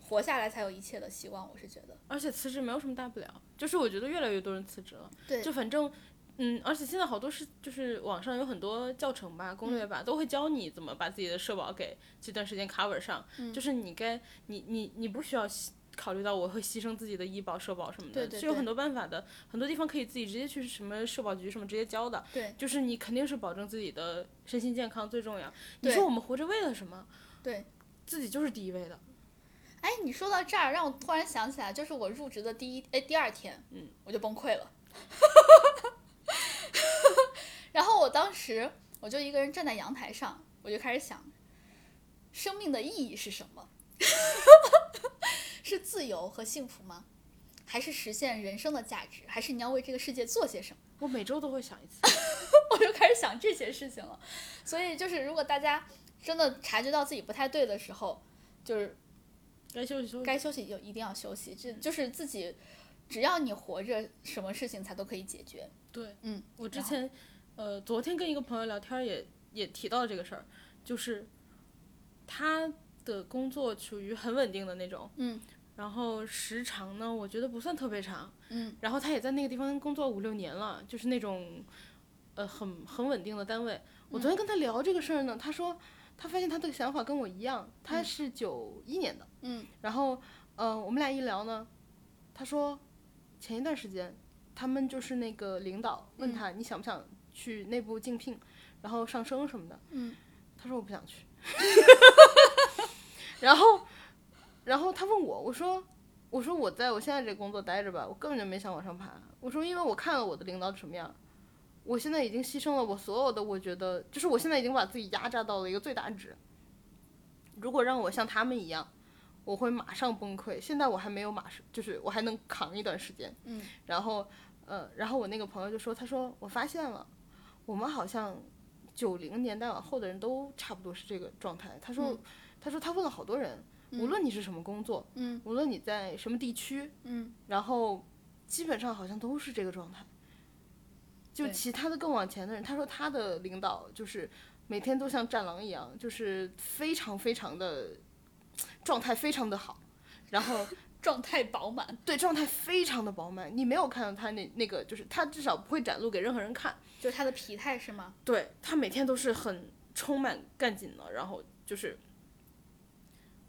Speaker 1: 活下来才有一切的希望，我是觉得。
Speaker 2: 而且辞职没有什么大不了，就是我觉得越来越多人辞职了。
Speaker 1: 对
Speaker 2: 就反正，嗯，而且现在好多是就是网上有很多教程吧、攻略吧，
Speaker 1: 嗯
Speaker 2: 都会教你怎么把自己的社保给这段时间 cover 上。
Speaker 1: 嗯
Speaker 2: 就是你该你你你不需要牺考虑到我会牺牲自己的医保、社保什么的，
Speaker 1: 对对
Speaker 2: 是有
Speaker 1: 对
Speaker 2: 很多办法的，很多地方可以自己直接去什么社保局什么直接交的。
Speaker 1: 对
Speaker 2: 就是你肯定是保证自己的身心健康最重要。你
Speaker 1: 对
Speaker 2: 说我们活着为了什么？
Speaker 1: 对，
Speaker 2: 自己就是第一位的。
Speaker 1: 哎，你说到这儿，让我突然想起来，就是我入职的第一哎第二天，
Speaker 2: 嗯，
Speaker 1: 我就崩溃了。 然后我当时我就一个人站在阳台上，我就开始想，生命的意义是什么？ 是自由和幸福吗？还是实现人生的价值？还是你要为这个世界做些什么？
Speaker 2: 我每周都会想一次。
Speaker 1: 我就开始想这些事情了。所以就是，如果大家真的察觉到自己不太对的时候，就是
Speaker 2: 该休息休息。
Speaker 1: 该休息就一定要休息，这就是自己，只要你活着，什么事情它都可以解决。
Speaker 2: 对，
Speaker 1: 嗯，
Speaker 2: 我之
Speaker 1: 然后
Speaker 2: 前，呃，昨天跟一个朋友聊天儿也也提到这个事儿，就是他的工作属于很稳定的那种，
Speaker 1: 嗯，
Speaker 2: 然后时长呢，我觉得不算特别长，
Speaker 1: 嗯，
Speaker 2: 然后他也在那个地方工作五六年了，就是那种，呃，很很稳定的单
Speaker 1: 嗯
Speaker 2: 位。我昨天跟他聊这个事儿呢，他说他发现他的想法跟我一样，他是九一年的，
Speaker 1: 嗯，
Speaker 2: 然后，呃，我们俩一聊呢，他说前一段时间他们就是那个领导问他、
Speaker 1: 嗯
Speaker 2: 你想不想去内部竞聘，然后上升什么的，
Speaker 1: 嗯，
Speaker 2: 他说我不想去， 然后，然后他问我，我说。我说我在我现在这工作待着吧，我根本就没想往上爬。我说因为我看了我的领导什么样，我现在已经牺牲了我所有的，我觉得就是我现在已经把自己压榨到了一个最大值。如果让我像他们一样，我会马上崩溃。现在我还没有马上，就是我还能扛一段时间。
Speaker 1: 嗯，
Speaker 2: 然后呃，然后我那个朋友就说，他说我发现了，我们好像九零年代往后的人都差不多是这个状态。他说，他说他问了好多人，无论你是什么工作，
Speaker 1: 嗯，
Speaker 2: 无论你在什么地区，
Speaker 1: 嗯，
Speaker 2: 然后基本上好像都是这个状态。就
Speaker 1: 对
Speaker 2: 其他的更往前的人，他说他的领导就是每天都像战狼一样，就是非常非常的状态非常的好，然后
Speaker 1: 状态饱满，
Speaker 2: 对状态非常的饱满。你没有看到他那那个，就是他至少不会展露给任何人看。
Speaker 1: 就是他的疲态是吗？
Speaker 2: 对他每天都是很充满干劲的，然后就是，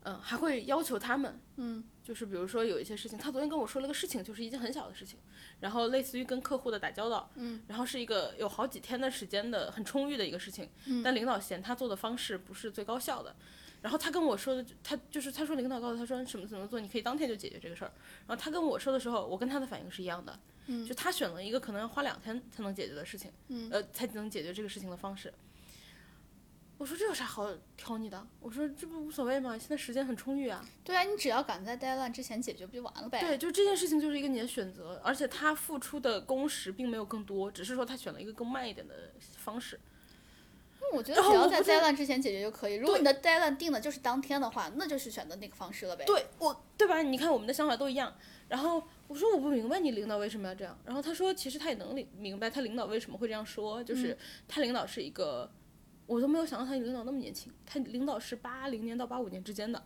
Speaker 2: 嗯，还会要求他们，
Speaker 1: 嗯，
Speaker 2: 就是比如说有一些事情，他昨天跟我说了个事情，就是一件很小的事情，然后类似于跟客户的打交道，
Speaker 1: 嗯，
Speaker 2: 然后是一个有好几天的时间的很充裕的一个事情，
Speaker 1: 嗯
Speaker 2: 但领导嫌他做的方式不是最高效的。然后他跟我说的，他就是他说领导告诉他说什么怎么做，你可以当天就解决这个事儿。然后他跟我说的时候，我跟他的反应是一样的，
Speaker 1: 嗯
Speaker 2: 就他选了一个可能要花两天才能解决的事情，
Speaker 1: 嗯
Speaker 2: 呃，才能解决这个事情的方式。我说这有啥好挑你的？我说这不无所谓吗？现在时间很充裕啊。
Speaker 1: 对啊，你只要赶在 deadline 之前解决不就完了呗？
Speaker 2: 对，就这件事情就是一个你的选择，而且他付出的工时并没有更多，只是说他选了一个更慢一点的方式。
Speaker 1: 那我觉得
Speaker 2: 然后
Speaker 1: 只要
Speaker 2: 我
Speaker 1: 在
Speaker 2: 不是
Speaker 1: deadline 之前解决就可以。如果你的 deadline 定的就是当天的话，那就是选择那个方式了呗。
Speaker 2: 对我，对吧？你看我们的想法都一样。然后我说我不明白你领导为什么要这样。然后他说其实他也能领明白他领导为什么会这样说，
Speaker 1: 嗯
Speaker 2: 就是他领导是一个，我都没有想到他领导那么年轻，他领导是八零年到八五年之间的，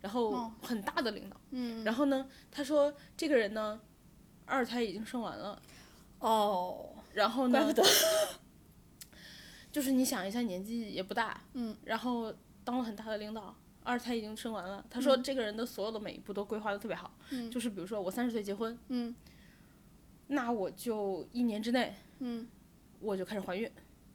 Speaker 2: 然后
Speaker 1: 哦
Speaker 2: 很大的领导。
Speaker 1: 嗯，
Speaker 2: 然后呢，他说这个人呢，二胎已经生完了，
Speaker 1: 哦，
Speaker 2: 然后
Speaker 1: 怪不
Speaker 2: 呢
Speaker 1: 得，
Speaker 2: 就是你想一下年纪也不大，
Speaker 1: 嗯，
Speaker 2: 然后当了很大的领导。二胎已经生完了，他说这个人的所有的每一步都规划的特别好，
Speaker 1: 嗯
Speaker 2: 就是比如说我三十岁结婚，
Speaker 1: 嗯
Speaker 2: 那我就一年之内
Speaker 1: 嗯
Speaker 2: 我就开始怀孕，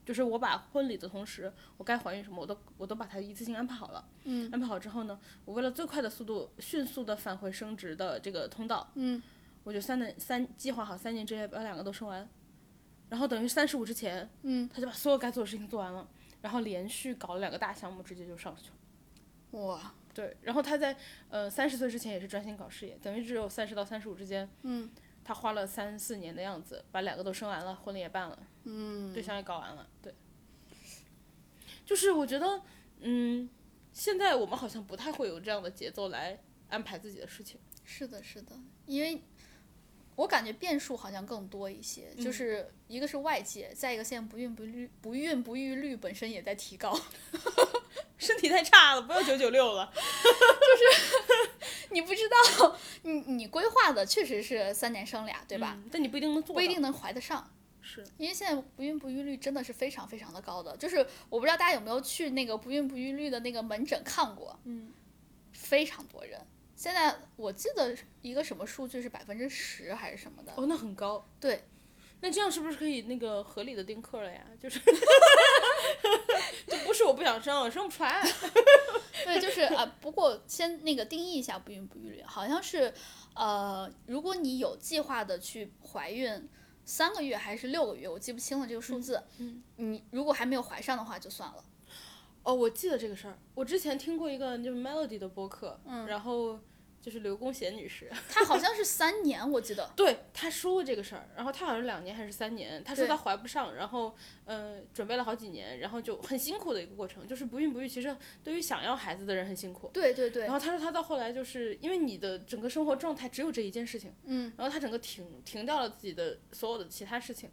Speaker 2: 就是我把婚礼的同时，我该怀孕什么我都我都把它一次性安排好了。
Speaker 1: 嗯
Speaker 2: 安排好之后呢，我为了最快的速度迅速的返回升职的这个通道，
Speaker 1: 嗯，
Speaker 2: 我就三年三计划好三年之内把两个都生完，然后等于三十五之前，
Speaker 1: 嗯，
Speaker 2: 他就把所有该做的事情做完了，然后连续搞了两个大项目，直接就上去了。
Speaker 1: 哇，
Speaker 2: 对，然后他在呃三十岁之前也是专心搞事业，等于只有三十到三十五之间，
Speaker 1: 嗯
Speaker 2: 他花了三四年的样子，把两个都生完了，婚礼也办了，
Speaker 1: 嗯，
Speaker 2: 对象也搞完了，对。就是我觉得，嗯，现在我们好像不太会有这样的节奏来安排自己的事情。
Speaker 1: 是的，是的，因为我感觉变数好像更多一些，
Speaker 2: 嗯
Speaker 1: 就是一个是外界，再一个现在不孕不育不孕不育率本身也在提高。
Speaker 2: 身体太差了，不要九九六了。
Speaker 1: 你不知道，你你规划的确实是三年生俩，对吧？
Speaker 2: 嗯但你不一定能做到。
Speaker 1: 不一定能怀得上。
Speaker 2: 是，
Speaker 1: 因为现在不孕不育率真的是非常非常的高的，就是我不知道大家有没有去那个不孕不育率的那个门诊看过，
Speaker 2: 嗯，
Speaker 1: 非常多人。现在我记得一个什么数据是百分之十还是什么的，
Speaker 2: 哦，那很高。
Speaker 1: 对，
Speaker 2: 那这样是不是可以那个合理的定课了呀？就是， 就不是我不想生，我生不出来。
Speaker 1: 对，就是啊、不过先那个定义一下不孕不育率，好像是呃，如果你有计划的去怀孕三个月还是六个月，我记不清了这个数字，
Speaker 2: 嗯
Speaker 1: 你如果还没有怀上的话就算了，
Speaker 2: 哦，我记得这个事儿，我之前听过一个就是 Melody 的播客，嗯，然后就是刘公贤女士，
Speaker 1: 它好像是三年，我记得，
Speaker 2: 对，她说过这个事儿，然后她好像是两年还是三年，她说
Speaker 1: 对
Speaker 2: 她怀不上，然后呃准备了好几年，然后就很辛苦的一个过程，就是不孕不育，其实对于想要孩子的人很辛苦。
Speaker 1: 对对对
Speaker 2: 然，后她说她到后来就是因为你的整个生活状态只有这一件事情，
Speaker 1: 嗯，
Speaker 2: 然后她整个停停掉了自己的所有的其他事情，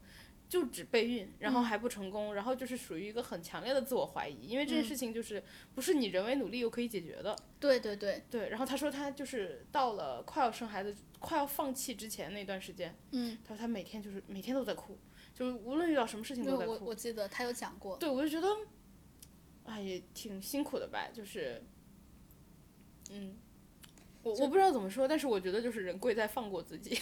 Speaker 2: 就只备孕，
Speaker 1: 嗯
Speaker 2: 然后还不成功，然后就是属于一个很强烈的自我怀疑，因为
Speaker 1: 嗯
Speaker 2: 这件事情就是不是你人为努力又可以解决的。
Speaker 1: 对对对，
Speaker 2: 对，然后她说她就是到了快要生孩子、快要放弃之前那段时间，
Speaker 1: 嗯，
Speaker 2: 她说她每天就是每天都在哭，就是无论遇到什么事情
Speaker 1: 对
Speaker 2: 都在
Speaker 1: 我
Speaker 2: 哭。
Speaker 1: 我记得他有讲过，
Speaker 2: 对，我就觉得，哎，也挺辛苦的吧，就是，嗯，我我不知道怎么说，但是我觉得就是人贵在放过自己，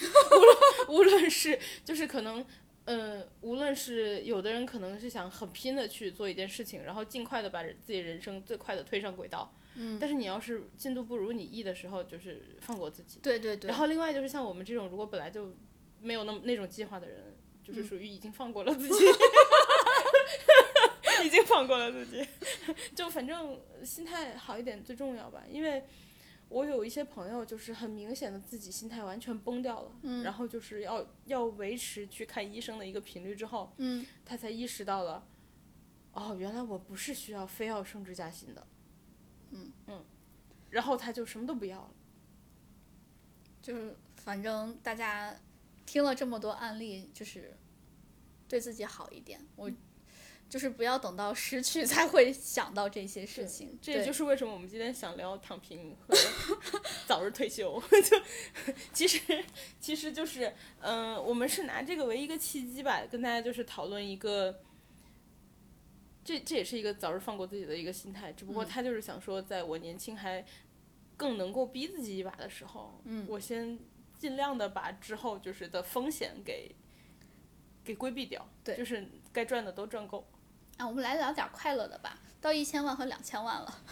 Speaker 2: 无论无论是就是可能。呃，无论是有的人可能是想很拼的去做一件事情，然后尽快的把人自己人生最快的推上轨道，
Speaker 1: 嗯，
Speaker 2: 但是你要是进度不如你意的时候，就是放过自己。
Speaker 1: 对对对
Speaker 2: 然，后另外就是像我们这种如果本来就没有那么那种计划的人，
Speaker 1: 嗯
Speaker 2: 就是属于已经放过了自 己，已经放过了自己，就反正心态好一点最重要吧。因为我有一些朋友就是很明显的自己心态完全崩掉了，
Speaker 1: 嗯
Speaker 2: 然后就是要要维持去看医生的一个频率之后，
Speaker 1: 嗯，
Speaker 2: 他才意识到了，哦，原来我不是需要非要升职加薪的，
Speaker 1: 嗯
Speaker 2: 嗯，然后他就什么都不要了。
Speaker 1: 就是反正大家
Speaker 2: 嗯
Speaker 1: 听了这么多案例，就是对自己好一点。我就是不要等到失去才会想到这些事情。
Speaker 2: 这也就是是为什么我们今天想聊躺平和早日退休。 就其实其实就是，嗯、我们是拿这个为一个契机吧，跟大家就是讨论一个，这这也是一个早日放过自己的一个心态。只不过他就是想说，在我年轻还更能够逼自己一把的时候，嗯，我先尽量的把之后就是的风险给给规避掉，
Speaker 1: 对
Speaker 2: 就是该赚的都赚够。
Speaker 1: 啊，我们来聊点快乐的吧。到一千万和两千万了，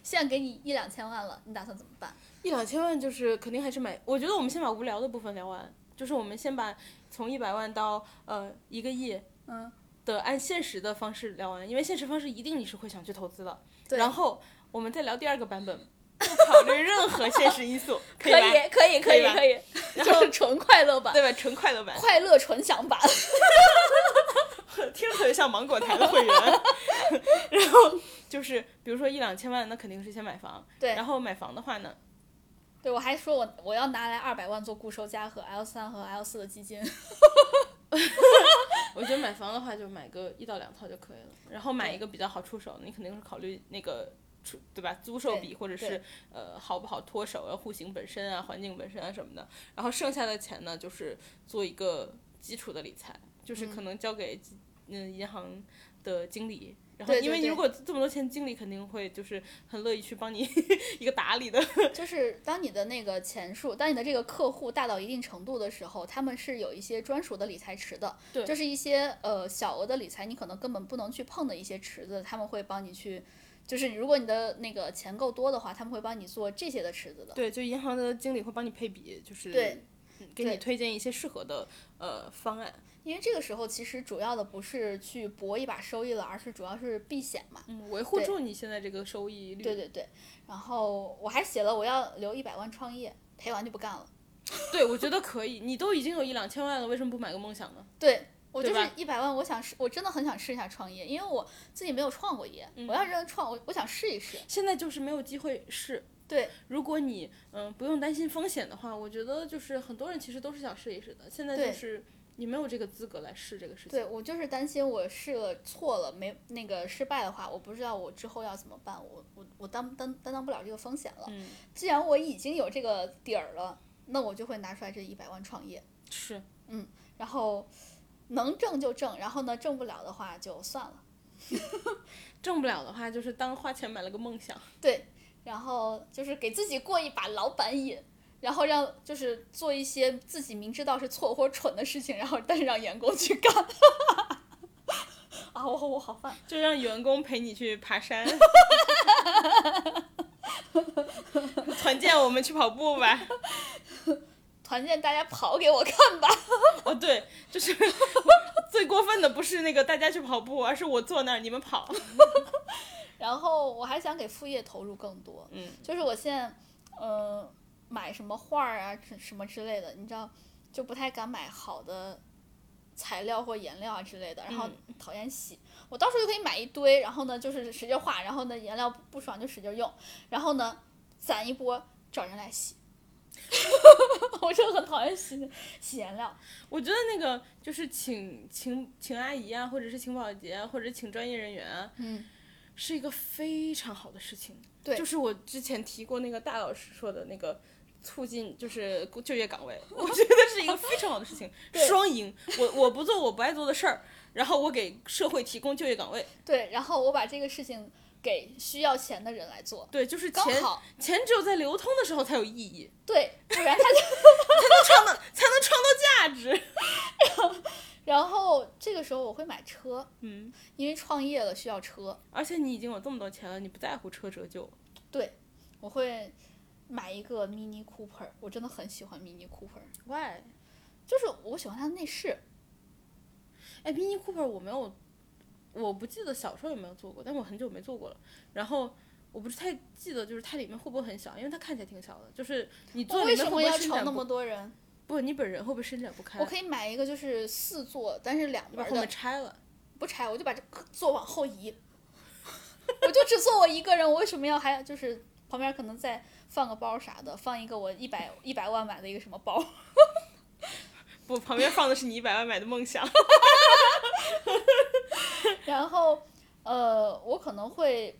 Speaker 1: 现在给你一两千万了，你打算怎么办？
Speaker 2: 一两千万就是肯定还是买，我觉得我们先把无聊的部分聊完，就是我们先把从一百万到呃一个亿，
Speaker 1: 嗯，
Speaker 2: 的按现实的方式聊完，因为现实方式一定你是会想去投资的。
Speaker 1: 对
Speaker 2: 然后我们再聊第二个版本，不考虑任何现实 因素，可以吧，
Speaker 1: 以，可以，可
Speaker 2: 可以
Speaker 1: 以，
Speaker 2: 吧
Speaker 1: 可以， 就是纯快乐版，
Speaker 2: 对吧？纯快乐版，
Speaker 1: 快乐纯享版。
Speaker 2: 听着特别像芒果台的会员。 然后就是比如说一两千万，那肯定是先买房。
Speaker 1: 对
Speaker 2: 然后买房的话呢，
Speaker 1: 对我还说我我要拿来二百万做固收加和 L 三和 L 四的基金。
Speaker 2: 我觉得买房的话，就买个一到两套就可以了，然后买一个比较好出手的，你肯定是考虑那个出对吧，租售比或者是
Speaker 1: 对
Speaker 2: 呃好不好脱手啊，户型本身啊，环境本身啊什么的。然后剩下的钱呢，就是做一个基础的理财，就是可能交给嗯、银行的经理。然后，
Speaker 1: 对对
Speaker 2: 因为你
Speaker 1: 对
Speaker 2: 如果这么多钱，经理肯定会就是很乐意去帮你 一个打理的。
Speaker 1: 就是当你的那个钱数，当你的这个客户大到一定程度的时候，他们是有一些专属的理财池的，
Speaker 2: 对
Speaker 1: 就是一些呃小额的理财，你可能根本不能去碰的一些池子，他们会帮你去，就是如果你的那个钱够多的话，他们会帮你做这些的池子的。
Speaker 2: 对，就银行的经理会帮你配比，就是
Speaker 1: 对
Speaker 2: 嗯给
Speaker 1: 对
Speaker 2: 你推荐一些适合的呃方案。
Speaker 1: 因为这个时候其实主要的不是去搏一把收益了，而是主要是避险嘛。
Speaker 2: 嗯，维护
Speaker 1: 对
Speaker 2: 住你现在这个收益率。
Speaker 1: 对对对，然后我还写了我要留一百万创业，赔完就不干了。
Speaker 2: 对我觉得可以。你都已经有一两千万了，为什么不买个梦想呢？
Speaker 1: 对我就
Speaker 2: 对
Speaker 1: 是
Speaker 2: 吧
Speaker 1: 一百万，我想试，我真的很想试一下创业，因为我自己没有创过业，
Speaker 2: 嗯
Speaker 1: 我要真创，我我想试一试。
Speaker 2: 现在就是没有机会试。
Speaker 1: 对，
Speaker 2: 如果你嗯、不用担心风险的话，我觉得就是很多人其实都是想试一试的。现在
Speaker 1: 对
Speaker 2: 就是你没有这个资格来试这个事情。
Speaker 1: 对我就是担心我试了错了没那个失败的话，我不知道我之后要怎么办，我我我担担担当不了这个风险了。
Speaker 2: 嗯，
Speaker 1: 既然我已经有这个底儿了，那我就会拿出来这一百万创业，
Speaker 2: 是
Speaker 1: 然后能挣就挣，然后呢挣不了的话就算了。
Speaker 2: 挣不了的话，就是当花钱买了个梦想。
Speaker 1: 对，然后就是给自己过一把老板瘾，然后让就是做一些自己明知道是错或蠢的事情，然后但是让员工去干。 啊，我我好犯，
Speaker 2: 就让员工陪你去 爬山，团建我们去跑步吧。
Speaker 1: 团建大家跑给我看吧。
Speaker 2: 哦，对，就是 最过分的不是那个大家去跑步，而是我坐那儿你们跑。
Speaker 1: 然后我还想给副业投入更多，
Speaker 2: 嗯，
Speaker 1: 就是我现在，嗯、买什么画儿啊，什什么之类的，你知道，就不太敢买好的材料或颜料啊之类的，然后
Speaker 2: 嗯
Speaker 1: 讨厌洗。我到时候就可以买一堆，然后呢，就是使劲画，然后呢，颜料不不爽就使劲用，然后呢，攒一波找人来 洗。我就很讨厌洗洗颜料，
Speaker 2: 我觉得那个就是请请请阿姨啊，或者是请保洁啊，或者请专业人员啊，
Speaker 1: 嗯，
Speaker 2: 是一个非常好的事情。
Speaker 1: 对
Speaker 2: 就是我之前提过那个大老师说的那个。促进就是就业岗位， 我觉得是一个非常好的事情，
Speaker 1: 对
Speaker 2: 双赢。我我不做我不爱做的事儿，然后我给社会提供就业岗位。
Speaker 1: 对，然后我把这个事情给需要钱的人来做，
Speaker 2: 对，就是
Speaker 1: 刚
Speaker 2: 钱
Speaker 1: 好
Speaker 2: 钱只有在流通的时候才有意义，
Speaker 1: 对，不然他就
Speaker 2: 创造才能创造价值。
Speaker 1: 然后这个时候我会买车，
Speaker 2: 嗯，
Speaker 1: 因为创业了需要车，
Speaker 2: 而且你已经有这么多钱了，你不在乎车折旧。
Speaker 1: 我会买一个 Mini Cooper，我真的很喜欢 Mini Cooper，
Speaker 2: Why？
Speaker 1: 就是我喜欢它的内饰，
Speaker 2: 哎，Mini Cooper 我没有，我不记得小时候有没有坐过，但我很久没坐过了。然后我不是太记得，就是它里面会不会很小，因为它看起来挺小的。就是你
Speaker 1: 我
Speaker 2: 坐
Speaker 1: 为
Speaker 2: 里
Speaker 1: 什
Speaker 2: 面会
Speaker 1: 么
Speaker 2: 不会
Speaker 1: 要
Speaker 2: 伸
Speaker 1: 愁
Speaker 2: 展
Speaker 1: 那
Speaker 2: 不
Speaker 1: 么多人？
Speaker 2: 不？你本人会不会伸展不开？
Speaker 1: 我可以买一个就是四座，但是两
Speaker 2: 你把
Speaker 1: 门
Speaker 2: 后
Speaker 1: 的
Speaker 2: 面，拆了。
Speaker 1: 不拆，我就把这座往后移，我就只坐我一个人，我为什么要还就是旁边可能再放个包啥的，放一个我一百一百万买的一个什么包？
Speaker 2: 不，旁边放的是你一百万买的梦想。
Speaker 1: 然后呃，我可能会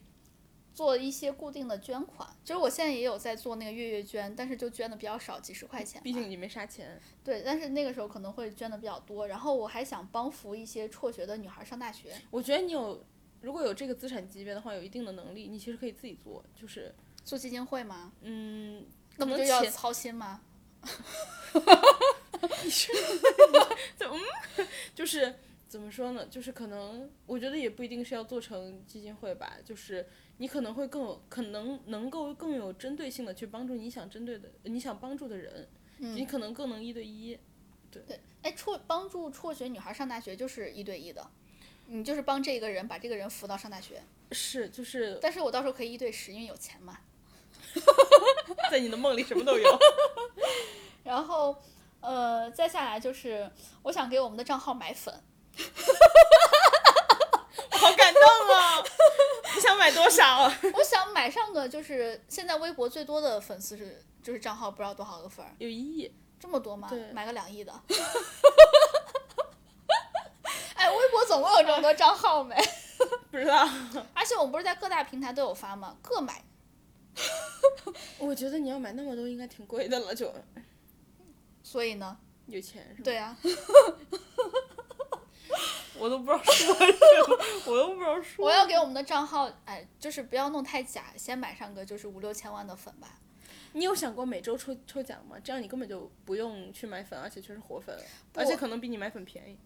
Speaker 1: 做一些固定的捐款，就是我现在也有在做那个月月捐，但是就捐的比较少，几十块钱吧。
Speaker 2: 毕竟你没啥钱，
Speaker 1: 对，但是那个时候可能会捐的比较多。然后我还想帮扶一些辍学的女孩上大学，
Speaker 2: 我觉得你有如果有这个资产级别的话，有一定的能力，你其实可以自己做，就是
Speaker 1: 做基金会吗？
Speaker 2: 嗯，
Speaker 1: 那不
Speaker 2: 可
Speaker 1: 就
Speaker 2: 能
Speaker 1: 要
Speaker 2: 钱
Speaker 1: 操心吗？
Speaker 2: 就是怎么说呢？就是可能我觉得也不一定是要做成基金会吧，就是你可能会更有可能能够更有针对性的去帮助你想针对的你想帮助的人，你可能更能一对一。
Speaker 1: 哎，辍帮助辍学女孩上大学就是一对一的，你就是帮这个人把这个人扶到上大学。
Speaker 2: 是，就是
Speaker 1: 但是我到时候可以一对十，因为有钱嘛。
Speaker 2: 在你的梦里什么都 有。
Speaker 1: 然后，呃，再下来就是我想给我们的账号买粉，
Speaker 2: 好感动啊！你想买多少？啊
Speaker 1: 我想买上个就是现在微博最多的粉丝是就是账号不知道多少个粉儿，
Speaker 2: 有一亿，
Speaker 1: 这么多吗
Speaker 2: 对？
Speaker 1: 买个两亿的。 哎，微博总共有这么多账号没？
Speaker 2: 不知道。
Speaker 1: 而且我们不是在各大平台都有发吗？各买
Speaker 2: 我觉得你要买那么多，应该挺贵的了，就
Speaker 1: 所以呢，
Speaker 2: 有钱是吧？
Speaker 1: 对啊，
Speaker 2: 我都不知道说什么，我都不知道说。
Speaker 1: 我要给我们的账号，哎，就是不要弄太假，先买上个就是五六千万的粉吧。
Speaker 2: 你有想过每周抽抽奖吗？这样你根本就不用去买粉，而且全是活粉，
Speaker 1: 不
Speaker 2: 而且可能比你买粉便宜。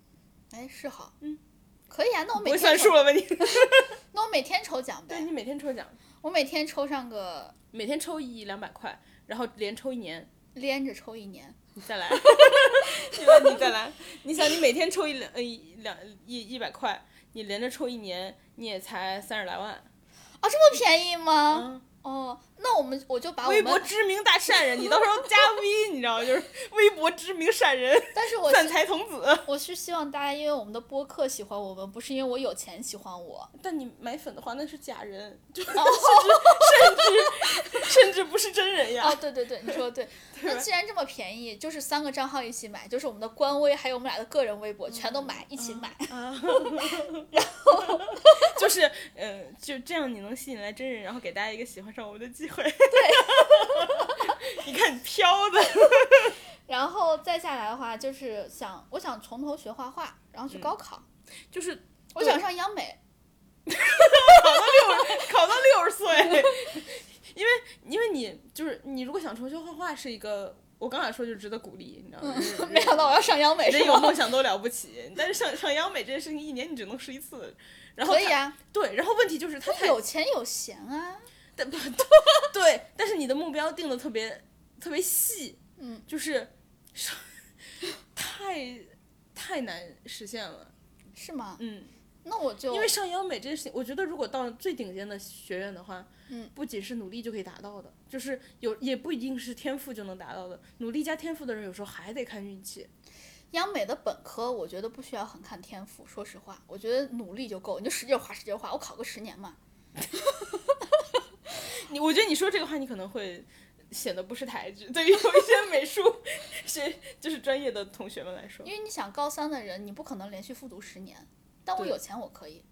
Speaker 1: 哎，是哈，嗯，可以啊，那我
Speaker 2: 不
Speaker 1: 每
Speaker 2: 会
Speaker 1: 天
Speaker 2: 算
Speaker 1: 抽
Speaker 2: 数，了吧你？
Speaker 1: 那我每天抽奖
Speaker 2: 对
Speaker 1: 呗，
Speaker 2: 你每天抽奖，
Speaker 1: 我每天抽上个
Speaker 2: 每天抽一两百块，然后连抽一年，
Speaker 1: 连着抽一年，
Speaker 2: 你再 来，你来，你再来。你想，你每天抽一两呃一两一一百块，你连着抽一年，你也才三十来万。
Speaker 1: 啊，这么便宜吗？
Speaker 2: 嗯，
Speaker 1: 哦，那我们我就把我
Speaker 2: 微博
Speaker 1: 们，
Speaker 2: 知名大善人，你到时候加 V，你知道吗？就是 微博知名善人，
Speaker 1: 但是我
Speaker 2: 散
Speaker 1: 是
Speaker 2: 财童子。
Speaker 1: 我是希望大家因为我们的播客喜欢我们，不是因为我有钱喜欢我。
Speaker 2: 但你买粉的话，那是假人，就
Speaker 1: 哦
Speaker 2: 甚至不是真人呀。
Speaker 1: 哦， 对对对，你说的对。那既然这么便宜，就是三个账号一起买，就是我们的官微还有我们俩的个人微博全都
Speaker 2: 嗯
Speaker 1: 买，一起买。
Speaker 2: 就是，嗯、就这样你能吸引来真人，然后给大家一个喜欢上我们的机会。 对，你看你飘的，
Speaker 1: 然后再下来的话，就是想我想从头学画画，然
Speaker 2: 嗯
Speaker 1: 后去高考，
Speaker 2: 就是
Speaker 1: 我想上央美。
Speaker 2: 考到六十岁， 因为因为你就是你如果想重修画画是一个，我刚想说就是值得鼓励，你知道吗？就是
Speaker 1: 嗯没想到我要上央美是
Speaker 2: 人有
Speaker 1: 吗？
Speaker 2: 梦想都了不起，但是上上央美这件事情一年你只能试一次，然后
Speaker 1: 可以
Speaker 2: 它
Speaker 1: 啊，
Speaker 2: 对，然后问题就是他太
Speaker 1: 有钱有闲啊。
Speaker 2: 但对，但是你的目标定的特别特别细，
Speaker 1: 嗯，
Speaker 2: 就是是太太难实现了，
Speaker 1: 是吗？
Speaker 2: 嗯，
Speaker 1: 那我就
Speaker 2: 因为上央美这件事情，我觉得如果到最顶尖的学院的话，
Speaker 1: 嗯，
Speaker 2: 不仅是努力就可以达到的，就是有也不一定是天赋就能达到的，努力加天赋的人有时候还得看运气，
Speaker 1: 央美的本科，我觉得不需要很看天赋。说实话，我觉得努力就够，你就使劲画，使劲画。我考个十年嘛，
Speaker 2: 你我觉得你说这个话，你可能会显得不识抬举，对于有一些美术 学就是专业的同学们来说
Speaker 1: 因，为你想高三的人，你不可能连续复读十年。但我
Speaker 2: 对
Speaker 1: 有钱，我可以，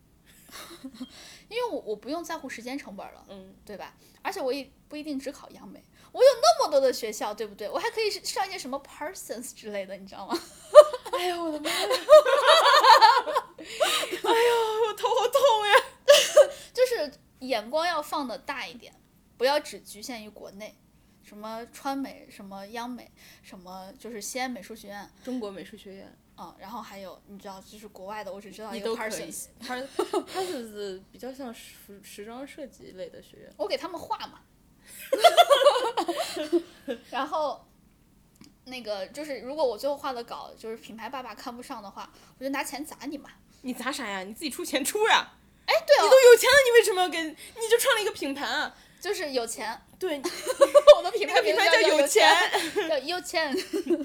Speaker 1: 因为我我不用在乎时间成本了，
Speaker 2: 嗯，
Speaker 1: 对吧？而且我也不一定只考央美，我有那么多的学校，对不对？我还可以是上一些什么 Parsons 之类的，你知道吗？
Speaker 2: 哎呀，我的妈呀！哎呀，我头好痛呀！
Speaker 1: 就是眼光要放的大一点，不要只局限于国内，什么川美、什么央美、什么就是西安美术学院。
Speaker 2: 中国美术学院，
Speaker 1: 嗯，然后还有你知道，就是国外的，我只知道
Speaker 2: 你
Speaker 1: 一
Speaker 2: 都
Speaker 1: 个
Speaker 2: 可以
Speaker 1: Parsons，。
Speaker 2: 它它就是比较像时时装设计类的学院，
Speaker 1: 我给他们画嘛。 然后，那个就是，如果我最后画的稿就是品牌爸爸看不上的话，我就拿钱砸你嘛。
Speaker 2: 你砸啥呀？你自己出钱出呀！
Speaker 1: 哎，对
Speaker 2: 你
Speaker 1: 哦，
Speaker 2: 都有钱了，你为什么要跟？你就创了一个品牌啊？
Speaker 1: 就是有 钱，
Speaker 2: 对，
Speaker 1: 我的品
Speaker 2: 那
Speaker 1: 牌
Speaker 2: 个品
Speaker 1: 名
Speaker 2: 牌
Speaker 1: 字
Speaker 2: 叫
Speaker 1: 叫
Speaker 2: 有
Speaker 1: 钱，叫有钱。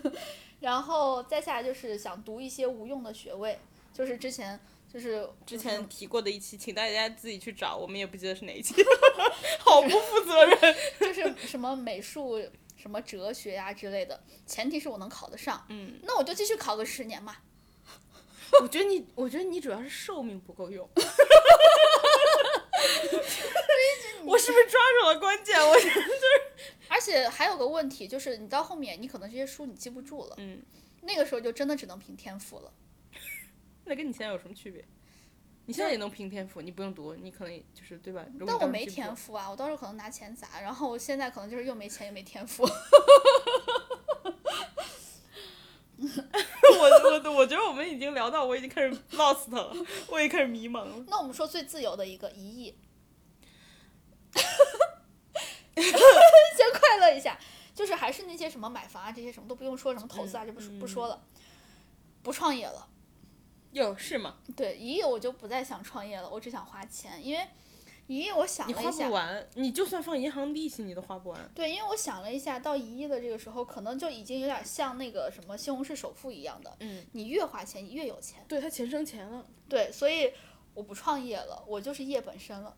Speaker 1: 然后再下来就是想读一些无用的学位，就是之前就是
Speaker 2: 之前提过的一期，请大家自己去找，我们也不记得是哪一期， 好不负责任。
Speaker 1: 就是什么美术、什么哲啊学呀、之类的，前提是我能考得上。
Speaker 2: 嗯，
Speaker 1: 那我就继续考个十年嘛。
Speaker 2: 我觉得你，我觉得你主要是寿命不 够用。我是不是抓住了关键？我
Speaker 1: 而且还有个问题就是，你到后面你可能这些书你记不住了，
Speaker 2: 嗯，
Speaker 1: 那个时候就真的只能凭天赋了。
Speaker 2: 那跟你现在有什么区别？你现在也能凭天赋，你不用读，你可能就是对吧？如果
Speaker 1: 但我
Speaker 2: 你当时
Speaker 1: 没
Speaker 2: 记不
Speaker 1: 天
Speaker 2: 住，
Speaker 1: 赋啊，我当时可能拿钱砸，然后我现在可能就是又没钱又没天赋。
Speaker 2: 我我我觉得我们已经聊到我已经开始 lost 了，我也开始迷茫了。
Speaker 1: 那我们说最自由的一个一亿， 先快乐一下，就是还是那些什么买房啊这些什么都不用说，什么投资啊、
Speaker 2: 嗯
Speaker 1: 就不说
Speaker 2: 嗯
Speaker 1: 不说了，不创业了。
Speaker 2: 哟，是吗？
Speaker 1: 对，一亿我就不再想创业了，我只想花钱，因为一亿我想
Speaker 2: 你
Speaker 1: 了
Speaker 2: 花
Speaker 1: 一下
Speaker 2: 不，完，你就算放银行利息，你都花不完。
Speaker 1: 对，因为我想了一下，到一亿的这个时候，可能就已经有点像那个什么西红柿首富一样的，
Speaker 2: 嗯，
Speaker 1: 你越花钱你越有钱。
Speaker 2: 对他钱生钱了，
Speaker 1: 对，所以我不创业了，我就是业本身了。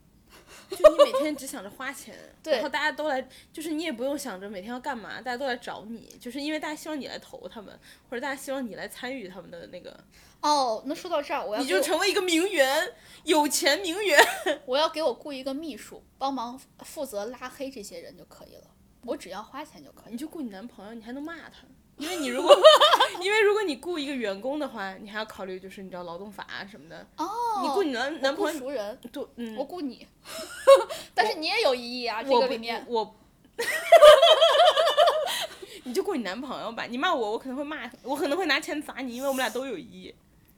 Speaker 2: 就你每天只想着花钱，
Speaker 1: 对
Speaker 2: 然后大家都来，就是你也不用想着每天要干嘛，大家都来找你，就是因为大家希望你来投他们，或者大家希望你来参与他们的那个，
Speaker 1: 哦，那说到这儿，我要
Speaker 2: 你
Speaker 1: 给
Speaker 2: 就
Speaker 1: 我
Speaker 2: 成为一个名媛，有钱名媛。
Speaker 1: 我要给我雇一个秘书帮忙负责拉黑这些人就可以了，我只要花钱就可以。
Speaker 2: 你就雇你男朋友，你还能骂他， 因为你 如果因为如果你雇一个员工的话，你还要考虑就是你知道劳动法啊什么的。
Speaker 1: 哦
Speaker 2: 你雇你男男
Speaker 1: 雇
Speaker 2: 朋友，
Speaker 1: 熟人，
Speaker 2: 对，嗯，
Speaker 1: 我雇你， 但是你也有异议啊，这
Speaker 2: 我
Speaker 1: 个
Speaker 2: 不嗯
Speaker 1: 里面。
Speaker 2: 我。你就雇你男朋友吧，你骂我，我可能会骂，我可能会拿钱砸你，因为我们俩都有一。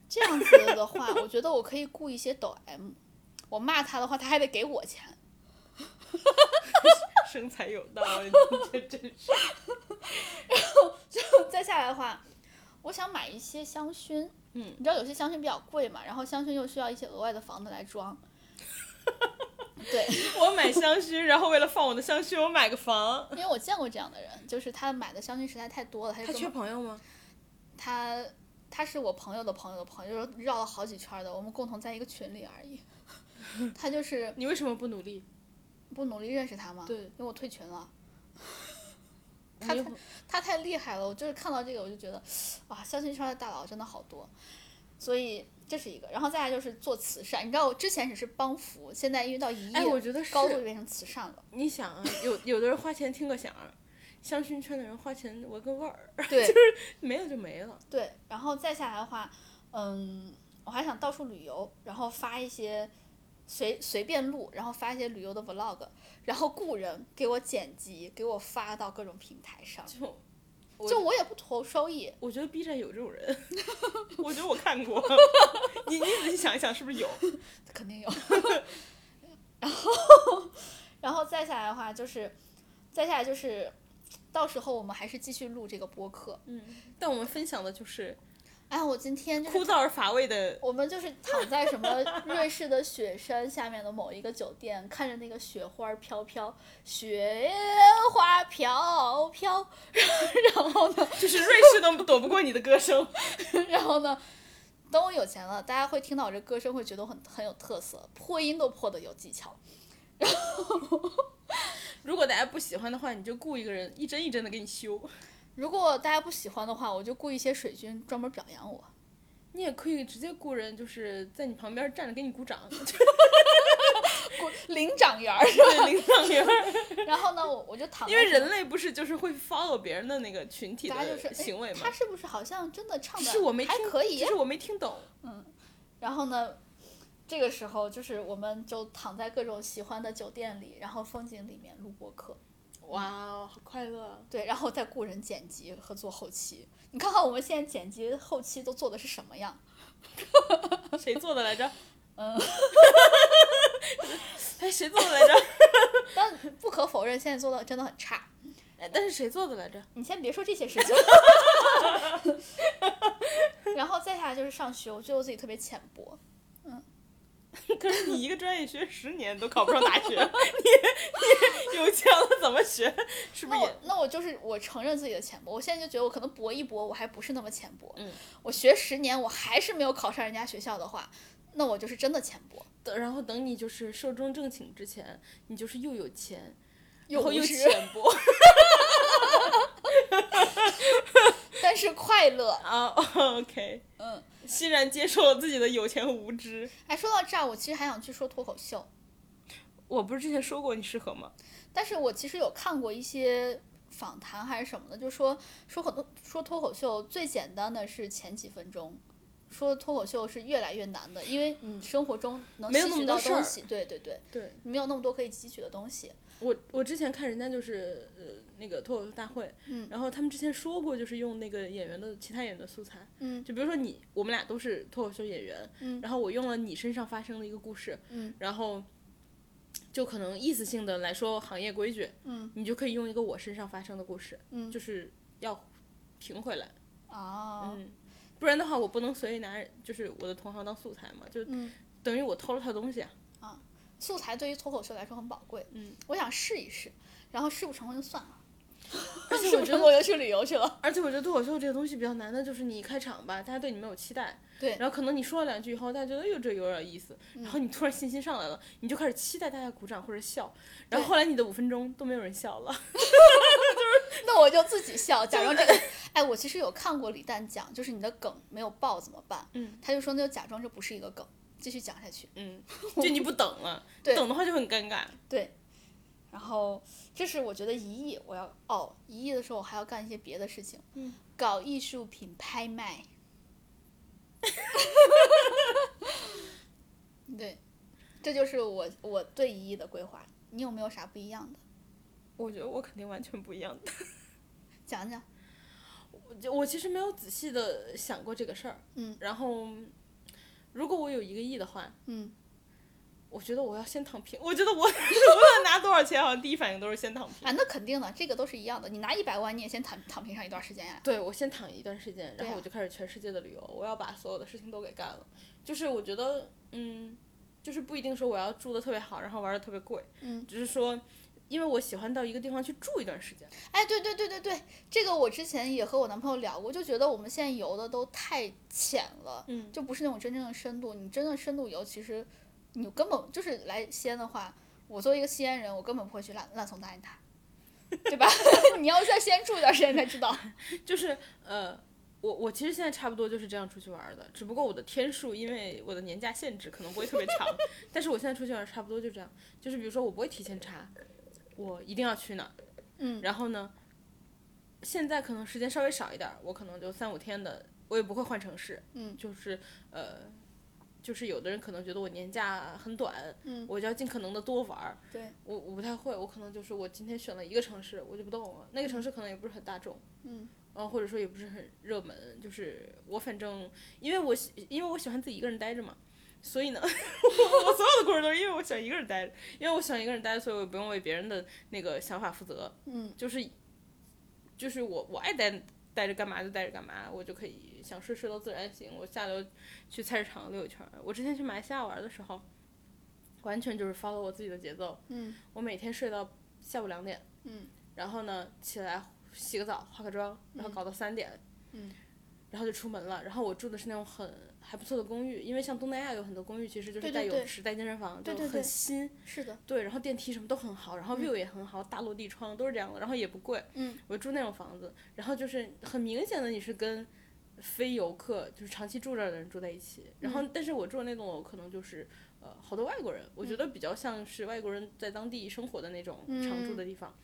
Speaker 1: 这样子的话，我觉得我可以雇一些抖 M，我骂他的话，他还得给我钱。
Speaker 2: 生财有道，啊这真 是。
Speaker 1: 再下来的话，我想买一些香薰，
Speaker 2: 嗯，
Speaker 1: 你知道有些香薰比较贵嘛，然后香薰又需要一些额外的房子来 装。对，
Speaker 2: 我买香薰，然后为了放我的香薰，我买个房。
Speaker 1: 因为我见过这样的人，就是他买的香薰实在太多了，他就跟我
Speaker 2: 朋友吗？
Speaker 1: 他他是我朋友的朋友的朋友，就是绕了好几圈的，我们共同在一个群里 而已。他就是
Speaker 2: 你为什么不努力？
Speaker 1: 不努力认识他吗？
Speaker 2: 对
Speaker 1: 因为我退群了。他
Speaker 2: 你又
Speaker 1: 他他太厉害了，我就是看到这个我就觉得，哇，相亲圈的大佬真的好多，所以这是一个。然后再来就是做慈善，你知道我之前只是帮扶，现在因为到一亿、
Speaker 2: 哎，我觉得是
Speaker 1: 高度就变成慈善 了。
Speaker 2: 你想啊，有有的人花钱听个响儿，香薰圈的人花钱闻个味儿，
Speaker 1: 对，
Speaker 2: 没了就没了。
Speaker 1: 对，然后再下来的话，嗯，我还想到处旅游，然后发一些随随便录，然后发一些旅游的 vlog，然后雇人给我剪辑，给我发到各种平台上。
Speaker 2: 就我
Speaker 1: 就我也不图收益，
Speaker 2: 我觉得 B 站有这种人， 我觉得我看过。 你你仔细想一想，是不是有？
Speaker 1: 肯 定有。然后，然后再下来的话就是，再下来就是，到时候我们还是继续录这个播客。
Speaker 2: 嗯但我们分享的就是
Speaker 1: 哎，我今天就是
Speaker 2: 枯燥而乏味的。
Speaker 1: 我们就是躺在什么瑞士的雪山下面的某一个酒店，看着那个雪花飘飘，雪花飘飘，然后呢，
Speaker 2: 就是瑞士都躲不过你的歌声。
Speaker 1: 然后呢，等我有钱了，大家会听到我这歌声，会觉得我很很有特色，破音都破的有技巧。
Speaker 2: 如果大家不喜欢的话，你就雇一个人一针一针的给你修。
Speaker 1: 如果大家不喜欢的话，我就雇一些水军专门表扬我。
Speaker 2: 你也可以直接雇人，就是在你旁边站着给你鼓 掌，就是
Speaker 1: 雇领长员儿，
Speaker 2: 领导员。
Speaker 1: 然后呢，我我就躺在
Speaker 2: 因
Speaker 1: 那儿，
Speaker 2: 为人类不是就是会 follow 别人的那个群体
Speaker 1: 大家就是哎
Speaker 2: 的行为吗
Speaker 1: 他？是不是好像真的唱的
Speaker 2: 是我没
Speaker 1: 还
Speaker 2: 听
Speaker 1: 可以呀
Speaker 2: 就？是我没听懂。
Speaker 1: 然后呢，这个时候就是我们就躺在各种喜欢的酒店里，然后风景里面录播客，
Speaker 2: 哇哦，好快乐！
Speaker 1: 对，然后再雇人剪辑和做后期。你看看我们现在剪辑后期都做的是什么样？
Speaker 2: 谁做的来着？
Speaker 1: 嗯，
Speaker 2: 哎，谁做的来着？
Speaker 1: 但不可否认，现在做的真的很差。
Speaker 2: 哎，但是谁做的来着？
Speaker 1: 你先别说这些事情。 然后再下来就是上学，我觉得我自己特别浅薄，
Speaker 2: 可是你一个专业学十年都考不上大 学，你你有钱了怎么学？是不
Speaker 1: 那
Speaker 2: 是
Speaker 1: 我
Speaker 2: 也？
Speaker 1: 那我就是我承认自己的浅薄，我现在就觉得我可能搏一搏，我还不是那么浅薄。
Speaker 2: 嗯，
Speaker 1: 我学十年，我还是没有考上人家学校的话，那我就是真的浅薄，
Speaker 2: 等然后等你就是寿终正寝之前，你就是又有钱，然后
Speaker 1: 无
Speaker 2: 又
Speaker 1: 知，
Speaker 2: 浅薄，
Speaker 1: 但是快快乐。
Speaker 2: 啊、o k
Speaker 1: 嗯，
Speaker 2: 欣然接受了自己的有钱和无知。
Speaker 1: 哎，说到这儿，我其实还想去说脱口秀，
Speaker 2: 我不是之前说过你适合吗？
Speaker 1: 但是我其实有看过一些访谈还是什么的，就说说很多说脱口秀最简单的是前几分钟，说脱口秀是越来越难的，因为你生活中能
Speaker 2: 嗯没有
Speaker 1: 吸
Speaker 2: 那
Speaker 1: 取
Speaker 2: 么
Speaker 1: 到
Speaker 2: 多事儿
Speaker 1: 东西，对对对，
Speaker 2: 对
Speaker 1: 你没有那么多可以汲取的东西。
Speaker 2: 我，我之前看人家就是呃那个脱口秀大会，
Speaker 1: 嗯
Speaker 2: 然后他们之前说过，就是用那个演员的其他演员的素材，
Speaker 1: 嗯
Speaker 2: 就比如说你，我们俩都是脱口秀演员，
Speaker 1: 嗯
Speaker 2: 然后我用了你身上发生的一个故事，
Speaker 1: 嗯
Speaker 2: 然后就可能意思性的来说行业规矩，
Speaker 1: 嗯，
Speaker 2: 你就可以用一个我身上发生的故事，
Speaker 1: 嗯
Speaker 2: 就是要平回来，
Speaker 1: 哦，
Speaker 2: 嗯，不然的话我不能随意拿人就是我的同行当素材嘛，就
Speaker 1: 嗯
Speaker 2: 等于我偷了他东西 啊，
Speaker 1: 素材对于脱口秀来说很宝贵，
Speaker 2: 嗯，
Speaker 1: 我想试一试，然后试不成功就算了，
Speaker 2: 而且
Speaker 1: 试
Speaker 2: 我
Speaker 1: 不
Speaker 2: 觉
Speaker 1: 成
Speaker 2: 得，
Speaker 1: 功就去旅游去了。
Speaker 2: 而且我觉得脱口秀这个东西比较难的就是你一开场吧，大家对你没有期待，
Speaker 1: 对
Speaker 2: 然后可能你说了两句以后，大家觉得哟哎这有点意思，然后你突然信心上来了，你就开始期待大家鼓掌或者笑，然后后来你的五分钟都没有人笑了，
Speaker 1: 那我就自己笑，假装这个。哎，我其实有看过李诞讲，就是你的梗没有爆怎么办？
Speaker 2: 嗯，
Speaker 1: 他就说那就假装这不是一个梗，继续讲下去。
Speaker 2: 嗯，就你不等 了，
Speaker 1: 对
Speaker 2: 等的话就很尴尬，
Speaker 1: 对，然后这是我觉得一亿，我要哦一亿的时候我还要干一些别的事情，
Speaker 2: 嗯，
Speaker 1: 搞艺术品拍卖。对，这就是我我对一亿的规划。你有没有啥不一样的？
Speaker 2: 我觉得我肯定完全不一样的，
Speaker 1: 讲讲。
Speaker 2: 我就我其实没有仔细的想过这个事儿，
Speaker 1: 嗯，
Speaker 2: 然后如果我有一个亿的话，
Speaker 1: 嗯，
Speaker 2: 我觉得我要先躺平，我 觉得我我要拿多少钱，好像第一反应都是先躺平。
Speaker 1: 啊，那肯定的，这个都是一样的。你拿一百万，你也先躺躺平上一段时间呀、
Speaker 2: 对，我先躺一段时间，
Speaker 1: 对
Speaker 2: 然后
Speaker 1: 啊
Speaker 2: 我就开始全世界的旅游，我要把所有的事情都给干了。就是我觉得，嗯，就是不一定说我要住的特别好，然后玩的特别贵，
Speaker 1: 嗯，
Speaker 2: 只是说，因为我喜欢到一个地方去住一段时间。
Speaker 1: 哎，对对对对对，这个我之前也和我男朋友聊过，就觉得我们现在游的都太浅了，
Speaker 2: 嗯，
Speaker 1: 就不是那种真正的深度。你真的深度游，其实你根本就是来西安的话，我作为一个西安人，我根本不会去烂烂怂大雁塔，对吧？ 你要在西安住一段时间才知 道。
Speaker 2: 就是呃，我我其实现在差不多就是这样出去玩的，只不过我的天数因为我的年假限制可能不会特别长， 但是我现在出去玩差不多就这样，就是比如说我不会提前查，我一定要去哪儿，
Speaker 1: 嗯
Speaker 2: 然后呢，现在可能时间稍微少一点儿，我可能就三五天的，我也不会换城市，
Speaker 1: 嗯
Speaker 2: 就是呃。就是有的人可能觉得我年假很短，
Speaker 1: 嗯
Speaker 2: 我就要尽可能的多玩儿。
Speaker 1: 对，
Speaker 2: 我我不太会，我可能就是我今天选了一个城市，我就不动了。那个城市可能也不是很大众，
Speaker 1: 嗯
Speaker 2: 然后呃或者说也不是很热门，就是我反正因为我喜因为我喜欢自己一个人待着嘛，所以呢，我我所有的故事都是因为我喜欢一个人待着，因为我喜欢一个人待着，所以我也不用为别人的那个想法负责，
Speaker 1: 嗯
Speaker 2: 就是就是我我爱待待着干嘛就待着干嘛，我就可以想睡睡到自然醒，我下楼去菜市场溜一圈儿。我之前去马来西亚玩的时候，完全就是 follow 我自己的节奏，
Speaker 1: 嗯
Speaker 2: 我每天睡到下午两点，
Speaker 1: 嗯，
Speaker 2: 然后呢起来洗个澡，化个妆，然后搞到三点，
Speaker 1: 嗯，
Speaker 2: 然后就出门了。然后我住的是那种很还不错的公寓，因为像东南亚有很多公寓其实就
Speaker 1: 对对
Speaker 2: 是带
Speaker 1: 对
Speaker 2: 泳池、带健身房，
Speaker 1: 对
Speaker 2: 就
Speaker 1: 对对
Speaker 2: 很新，
Speaker 1: 是的，
Speaker 2: 对，然后电梯什么都很好，然后 view 也很好，大落地窗都是这样的，然后也不贵，
Speaker 1: 嗯，
Speaker 2: 我住那种房子，然后就是很明显的你是跟。非游客就是长期住这儿的人住在一起，然
Speaker 1: 嗯
Speaker 2: 后但是我住的那栋楼可能就是呃好多外国人，
Speaker 1: 嗯
Speaker 2: 我觉得比较像是外国人在当地生活的那种常
Speaker 1: 嗯
Speaker 2: 住的地方，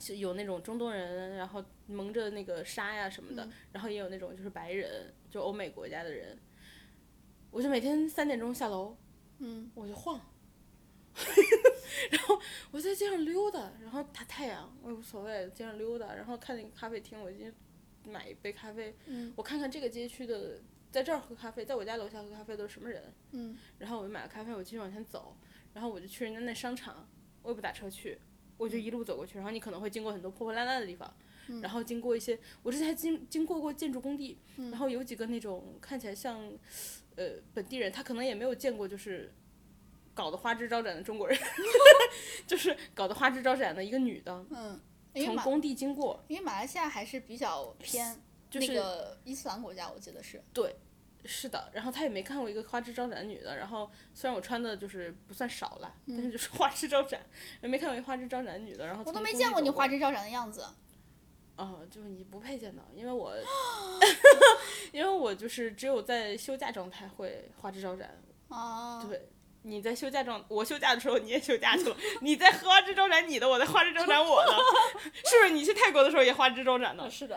Speaker 2: 是有那种中东人，然后蒙着那个纱呀什么
Speaker 1: 嗯
Speaker 2: 的，然后也有那种就是白人，就欧美国家的人，我就每天三点钟下楼，
Speaker 1: 嗯
Speaker 2: 我就晃， 然后我在街上溜达，然后打太阳我也无所谓，街上溜达，然后看那个咖啡厅，我进去买一杯咖啡，
Speaker 1: 嗯
Speaker 2: 我看看这个街区的，在这儿喝咖啡，在我家楼下喝咖啡都是什么人，
Speaker 1: 嗯
Speaker 2: 然后我就买了咖啡，我继续往前走，然后我就去人家那商场，我也不打车去，我就一路走过去，然后你可能会经过很多破破烂烂的地方，
Speaker 1: 嗯
Speaker 2: 然后经过一些，我之前还经经过过建筑工地，
Speaker 1: 嗯
Speaker 2: 然后有几个那种看起来像，呃，本地人，他可能也没有见过就是。搞得花枝招展的中国人， 就是搞得花枝招展的一个女的，
Speaker 1: 嗯，因为
Speaker 2: 从
Speaker 1: 马
Speaker 2: 工地经过，
Speaker 1: 因为马来西亚还是比较偏
Speaker 2: 就是
Speaker 1: 那
Speaker 2: 啊
Speaker 1: 个伊斯兰国家，我记得是。
Speaker 2: 是的，然后他也没看过一个花枝招展的女的。然后虽然我穿的就是不算少了，但是就是花枝招展，也没看过一个花枝招展的女的。然后
Speaker 1: 嗯我都
Speaker 2: 从
Speaker 1: 没
Speaker 2: 工
Speaker 1: 见
Speaker 2: 地
Speaker 1: 过你
Speaker 2: 走
Speaker 1: 花枝招展的样子。
Speaker 2: 哦，就是你不配见到，因为我， 因为我就是只有在休假状态会花枝招展。
Speaker 1: 哦，
Speaker 2: 对你在休假状，我休假的时候你也休假去了，你在花枝招展你的，我在花枝招展我的， 是不是？你去泰国的时候也花枝招展呢？
Speaker 1: 啊是的，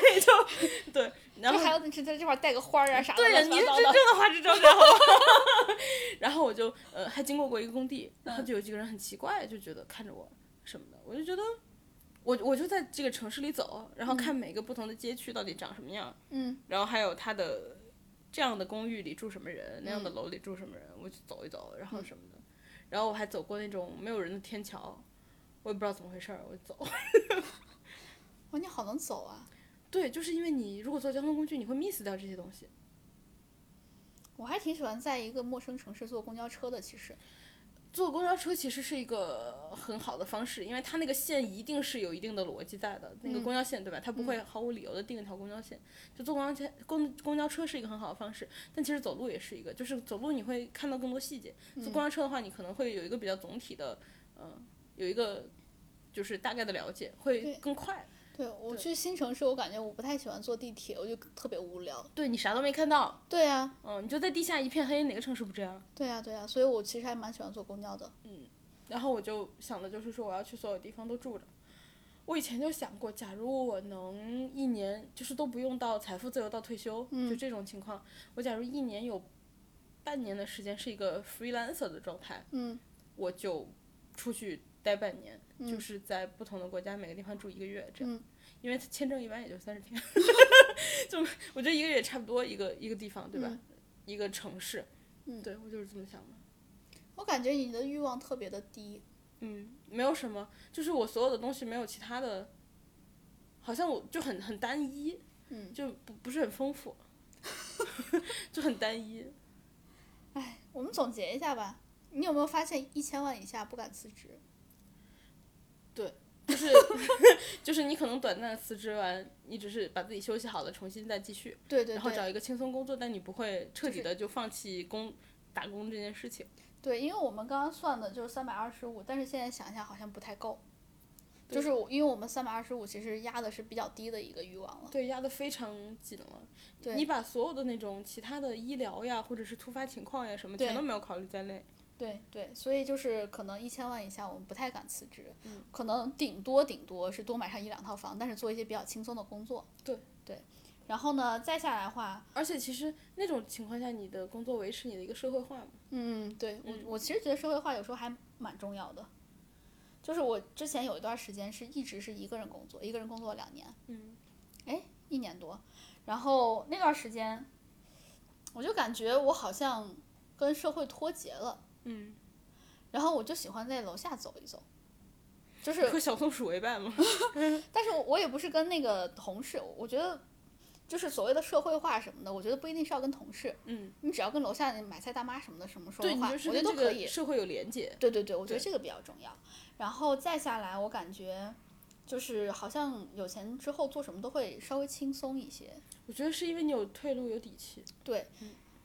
Speaker 2: 对，就对，然
Speaker 1: 这
Speaker 2: 后
Speaker 1: 还有你是在这块儿带个花儿啊啥的，
Speaker 2: 对呀，
Speaker 1: 乱
Speaker 2: 你
Speaker 1: 七
Speaker 2: 是
Speaker 1: 八糟
Speaker 2: 真
Speaker 1: 的。
Speaker 2: 正的花枝招展，好吧？ 然后我就呃，还经过过一个工地，然后就有几个人很奇怪，就觉得看着我什么的，我就觉得我我就在这个城市里走，然后看每个不同的街区到底长什么样，
Speaker 1: 嗯，
Speaker 2: 然后还有它的这样的公寓里住什么人，那样的楼里住什么人，我去走一走，然后什么的，然后我还走过那种没有人的天桥，我也不知道怎么回事儿，我就走。
Speaker 1: 哇，你好能走啊！
Speaker 2: 对，就是因为你如果坐交通工具，你会 miss 掉这些东西。
Speaker 1: 我还挺喜欢在一个陌生城市坐公交车的，其实。
Speaker 2: 坐公交车其实是一个很好的方式，因为它那个线一定是有一定的逻辑在的，那个公交线对吧？它不会毫无理由的定一条公交线。就坐公交车公公交车是一个很好的方式，但其实走路也是一个，就是走路你会看到更多细节。坐公交车的话，你可能会有一个比较总体的，嗯、有一个就是大概的了解，会
Speaker 1: 对
Speaker 2: 更快。
Speaker 1: 对，我
Speaker 2: 对
Speaker 1: 去新城市，我感觉我不太喜欢坐地铁，我就特别无聊。
Speaker 2: 对你啥都没看到，
Speaker 1: 对呀，
Speaker 2: 嗯，你就在地下一片黑，哪个城市不这样？
Speaker 1: 对啊呀，对呀，所以我其实还蛮喜欢坐公交的。
Speaker 2: 然后我就想的就是说，我要去所有地方都住着。我以前就想过，假如我能一年就是都不用到财富自由到退休，
Speaker 1: 嗯
Speaker 2: 就这种情况，我假如一年有半年的时间是一个 freelancer 的状态，
Speaker 1: 嗯，
Speaker 2: 我就出去待半年，就是在不同的国家每个地方住一个月这样，
Speaker 1: 嗯
Speaker 2: 因为签证一般也就三十天， 就我觉得一个月差不多一个一个地方对吧？一个城市，
Speaker 1: 嗯
Speaker 2: 对我就是这么想的。
Speaker 1: 我感觉你的欲望特别的低。
Speaker 2: 嗯，没有什么，就是我所有的东西没有其他的，好像我就很很单一，
Speaker 1: 嗯，
Speaker 2: 就不不是很丰富， 就很单一。
Speaker 1: 哎，我们总结一下吧，你有没有发现一千万以下不敢辞职？
Speaker 2: 就是就是你可能短暂的辞职完，你只是把自己休息好了，重新再继续，
Speaker 1: 对对
Speaker 2: 然后
Speaker 1: 对，
Speaker 2: 找一个轻松工作，但你不会彻底
Speaker 1: 是
Speaker 2: 的就放弃工打工这件事情。
Speaker 1: 对，因为我们刚刚算的就是三百二十五，但是现在想一下好像不太够，
Speaker 2: 对
Speaker 1: 就是我因为我们三百二十五其实压的是比较低的一个欲望了。
Speaker 2: 对，压得非常紧了。
Speaker 1: 对
Speaker 2: 你把所有的那种其他的医疗呀，或者是突发情况呀什么，全
Speaker 1: 对
Speaker 2: 都没有考虑在内。
Speaker 1: 对对，所以就是可能一千万以下我们不太敢辞职，可能顶多顶多是多买上一两套房，但是做一些比较轻松的工作。
Speaker 2: 对
Speaker 1: 对，然后呢，再下来的话，
Speaker 2: 而且其实那种情况下，你的工作维持你的一个社会化嘛。
Speaker 1: 嗯，对我我其实觉得社会化有时候还蛮重要的，就是我之前有一段时间是一直是一个人工作，一个人工作两年，
Speaker 2: 嗯，
Speaker 1: 哎，一年多，然后那段时间，我就感觉我好像跟社会脱节了，
Speaker 2: 嗯，
Speaker 1: 然后我就喜欢在楼下走一走，就是
Speaker 2: 和小松鼠为伴吗？
Speaker 1: 但是我也不是跟那个同事，我觉得就是所谓的社会化什么的，我觉得不一定是要跟同事，
Speaker 2: 嗯，
Speaker 1: 你只要跟楼下那买菜大妈什么的什么说
Speaker 2: 对，
Speaker 1: 的
Speaker 2: 你
Speaker 1: 话，
Speaker 2: 就是
Speaker 1: 我觉得
Speaker 2: 跟
Speaker 1: 都
Speaker 2: 这
Speaker 1: 可
Speaker 2: 个
Speaker 1: 以。
Speaker 2: 社会有连接。
Speaker 1: 对对对，我觉得
Speaker 2: 对
Speaker 1: 这个比较重要。然后再下来，我感觉就是好像有钱之后做什么都会稍微轻松一些，
Speaker 2: 我觉得是因为你有退路、有底气，
Speaker 1: 对。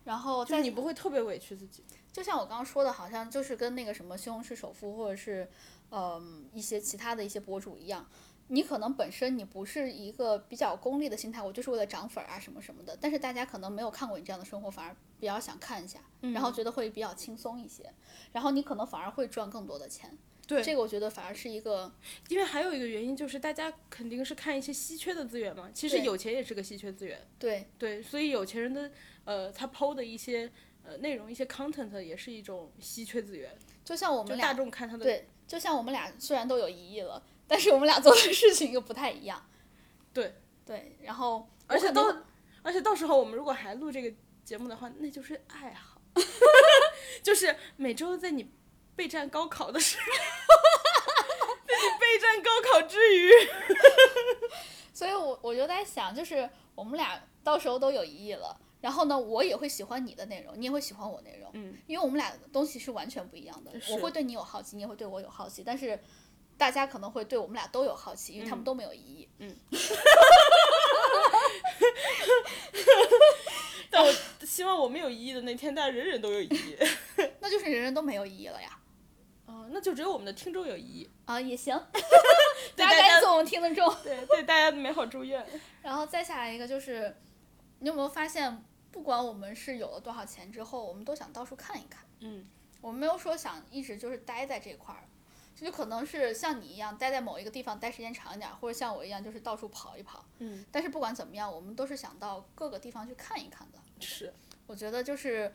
Speaker 1: 然后
Speaker 2: 就是
Speaker 1: 哦再
Speaker 2: 你不会特别委屈自己。
Speaker 1: 就像我刚刚说的，好像就是跟那个什么西红柿首富或者是嗯一些其他的一些博主一样，你可能本身你不是一个比较功利的心态，我就是为了涨粉儿啊什么什么的，但是大家可能没有看过你这样的生活，反而比较想看一下，
Speaker 2: 嗯
Speaker 1: 然后觉得会比较轻松一些，然后你可能反而会赚更多的钱。
Speaker 2: 对
Speaker 1: 这个我觉得反而是一个
Speaker 2: 因为还有一个原因就是大家肯定是看一些稀缺的资源嘛。其实
Speaker 1: 对
Speaker 2: 有钱也是个稀缺资源。
Speaker 1: 对
Speaker 2: 对，所以有钱人的呃，他抛的一些呃内容、一些 content 也是一种稀缺资源，
Speaker 1: 就像我
Speaker 2: 就
Speaker 1: 们
Speaker 2: 大
Speaker 1: 俩
Speaker 2: 众看他的。
Speaker 1: 对，就像我们俩虽然都有一亿了，但是我们俩做的事情又不太一样。
Speaker 2: 对
Speaker 1: 对，然后
Speaker 2: 而且
Speaker 1: 我可能
Speaker 2: 到而且到时候我们如果还录这个节目的话，那就是爱好， 就是每周在你备战高考的时候， 在你备战高考之余，
Speaker 1: 所以我我就在想，就是我们俩到时候都有一亿了，然后呢，我也会喜欢你的内容，你也会喜欢我内容，
Speaker 2: 嗯，
Speaker 1: 因为我们俩东西是完全不一样的。
Speaker 2: 是
Speaker 1: 我会对你有好奇，你也会对我有好奇，但是大家可能会对我们俩都有好奇，因为
Speaker 2: 嗯
Speaker 1: 他们都没有一亿。
Speaker 2: 但我希望我们有一亿的那天，大家人人都有一亿。
Speaker 1: 那就是人人都没有一亿了呀。
Speaker 2: 哦，那就只有我们的听众有意义。
Speaker 1: 啊，也行，
Speaker 2: 对
Speaker 1: 大家
Speaker 2: 大
Speaker 1: 赶紧
Speaker 2: 家，
Speaker 1: 做我们听得众。
Speaker 2: 对对大家的美好祝愿。
Speaker 1: 然后再下来一个就是，你有没有发现，不管我们是有了多少钱之后，我们都想到处看一看。
Speaker 2: 嗯，
Speaker 1: 我们没有说想一直就是待在这块儿，这就可能是像你一样待在某一个地方待时间长一点儿，或者像我一样就是到处跑一跑。
Speaker 2: 嗯，
Speaker 1: 但是不管怎么样，我们都是想到各个地方去看一看的。
Speaker 2: 是，
Speaker 1: 我觉得就是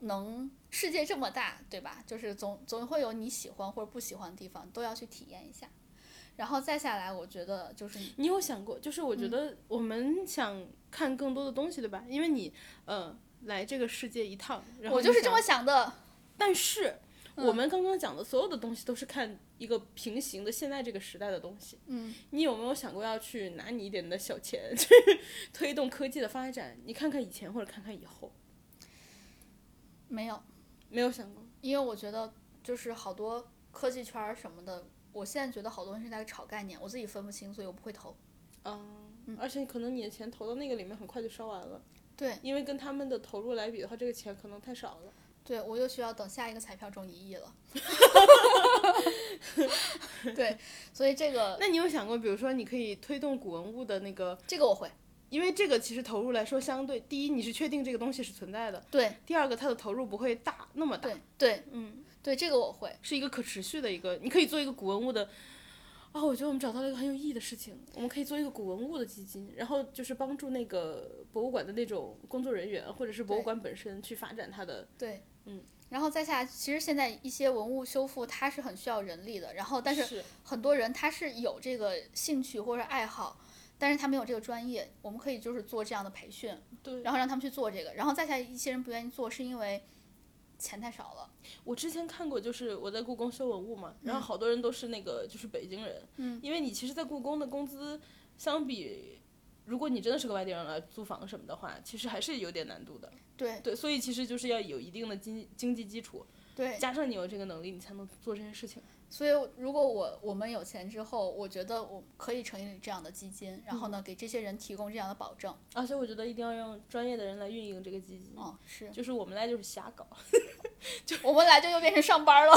Speaker 1: 能世界这么大，对吧？就是总总会有你喜欢或者不喜欢的地方，都要去体验一下。然后再下来，我觉得就是
Speaker 2: 你有想过，就是
Speaker 1: 嗯
Speaker 2: 我觉得我们想看更多的东西，对吧？因为你，呃，来这个世界一趟，然后
Speaker 1: 我就是
Speaker 2: 你
Speaker 1: 这
Speaker 2: 想
Speaker 1: 么想的。
Speaker 2: 但是
Speaker 1: 嗯
Speaker 2: 我们刚刚讲的所有的东西都是看一个平行的现在这个时代的东西。
Speaker 1: 嗯，
Speaker 2: 你有没有想过要去拿你一点的小钱 去推动科技的发展？你看看以前或者看看以后，
Speaker 1: 没有，
Speaker 2: 没有想过。
Speaker 1: 因为我觉得就是好多科技圈儿什么的，我现在觉得好多人是在炒概念，我自己分不清，所以我不会投。
Speaker 2: 嗯，而且可能你的钱投到那个里面很快就烧完了，
Speaker 1: 对，
Speaker 2: 因为跟他们的投入来比的话，这个钱可能太少了。
Speaker 1: 对我又需要等下一个彩票中一亿 了。对，所以这个
Speaker 2: 那你有想过，比如说你可以推动古文物的那个，
Speaker 1: 这个我会。
Speaker 2: 因为这个其实投入来说相对，第一你是确定这个东西是存在的，
Speaker 1: 对
Speaker 2: 第二个它的投入不会大那么大，
Speaker 1: 对对
Speaker 2: 嗯，
Speaker 1: 对，这个我会。
Speaker 2: 是一个可持续的一个，你可以做一个古文物的。啊、我觉得我们找到了一个很有意义的事情，我们可以做一个古文物的基金，然后就是帮助那个博物馆的那种工作人员或者是博物
Speaker 1: 对
Speaker 2: 馆本身去发展它的。
Speaker 1: 对，
Speaker 2: 嗯。
Speaker 1: 然后再下来，其实现在一些文物修复它是很需要人力的，然后但是很多人他是有这个兴趣或者爱好，但是他没有这个专业，我们可以就是做这样的培训，
Speaker 2: 对，
Speaker 1: 然后让他们去做这个，然后再下来一些人不愿意做，是因为钱太少了。
Speaker 2: 我之前看过，就是我在故宫修文物嘛，然后好多人都是那个就是北京人，
Speaker 1: 嗯，
Speaker 2: 因为你其实，在故宫的工资相比，如果你真的是个外地人来租房什么的话，其实还是有点难度的。
Speaker 1: 对
Speaker 2: 对，所以其实就是要有一定的经经济基础，
Speaker 1: 对，
Speaker 2: 加上你有这个能力，你才能做这件事情。
Speaker 1: 所以如果我我们有钱之后，我觉得我可以成立这样的基金，然后呢给这些人提供这样的保证。
Speaker 2: 而且我觉得一定要让专业的人来运营这个基金，
Speaker 1: 嗯，是
Speaker 2: 就是我们来就是瞎搞，
Speaker 1: 我们来这就变成上班了。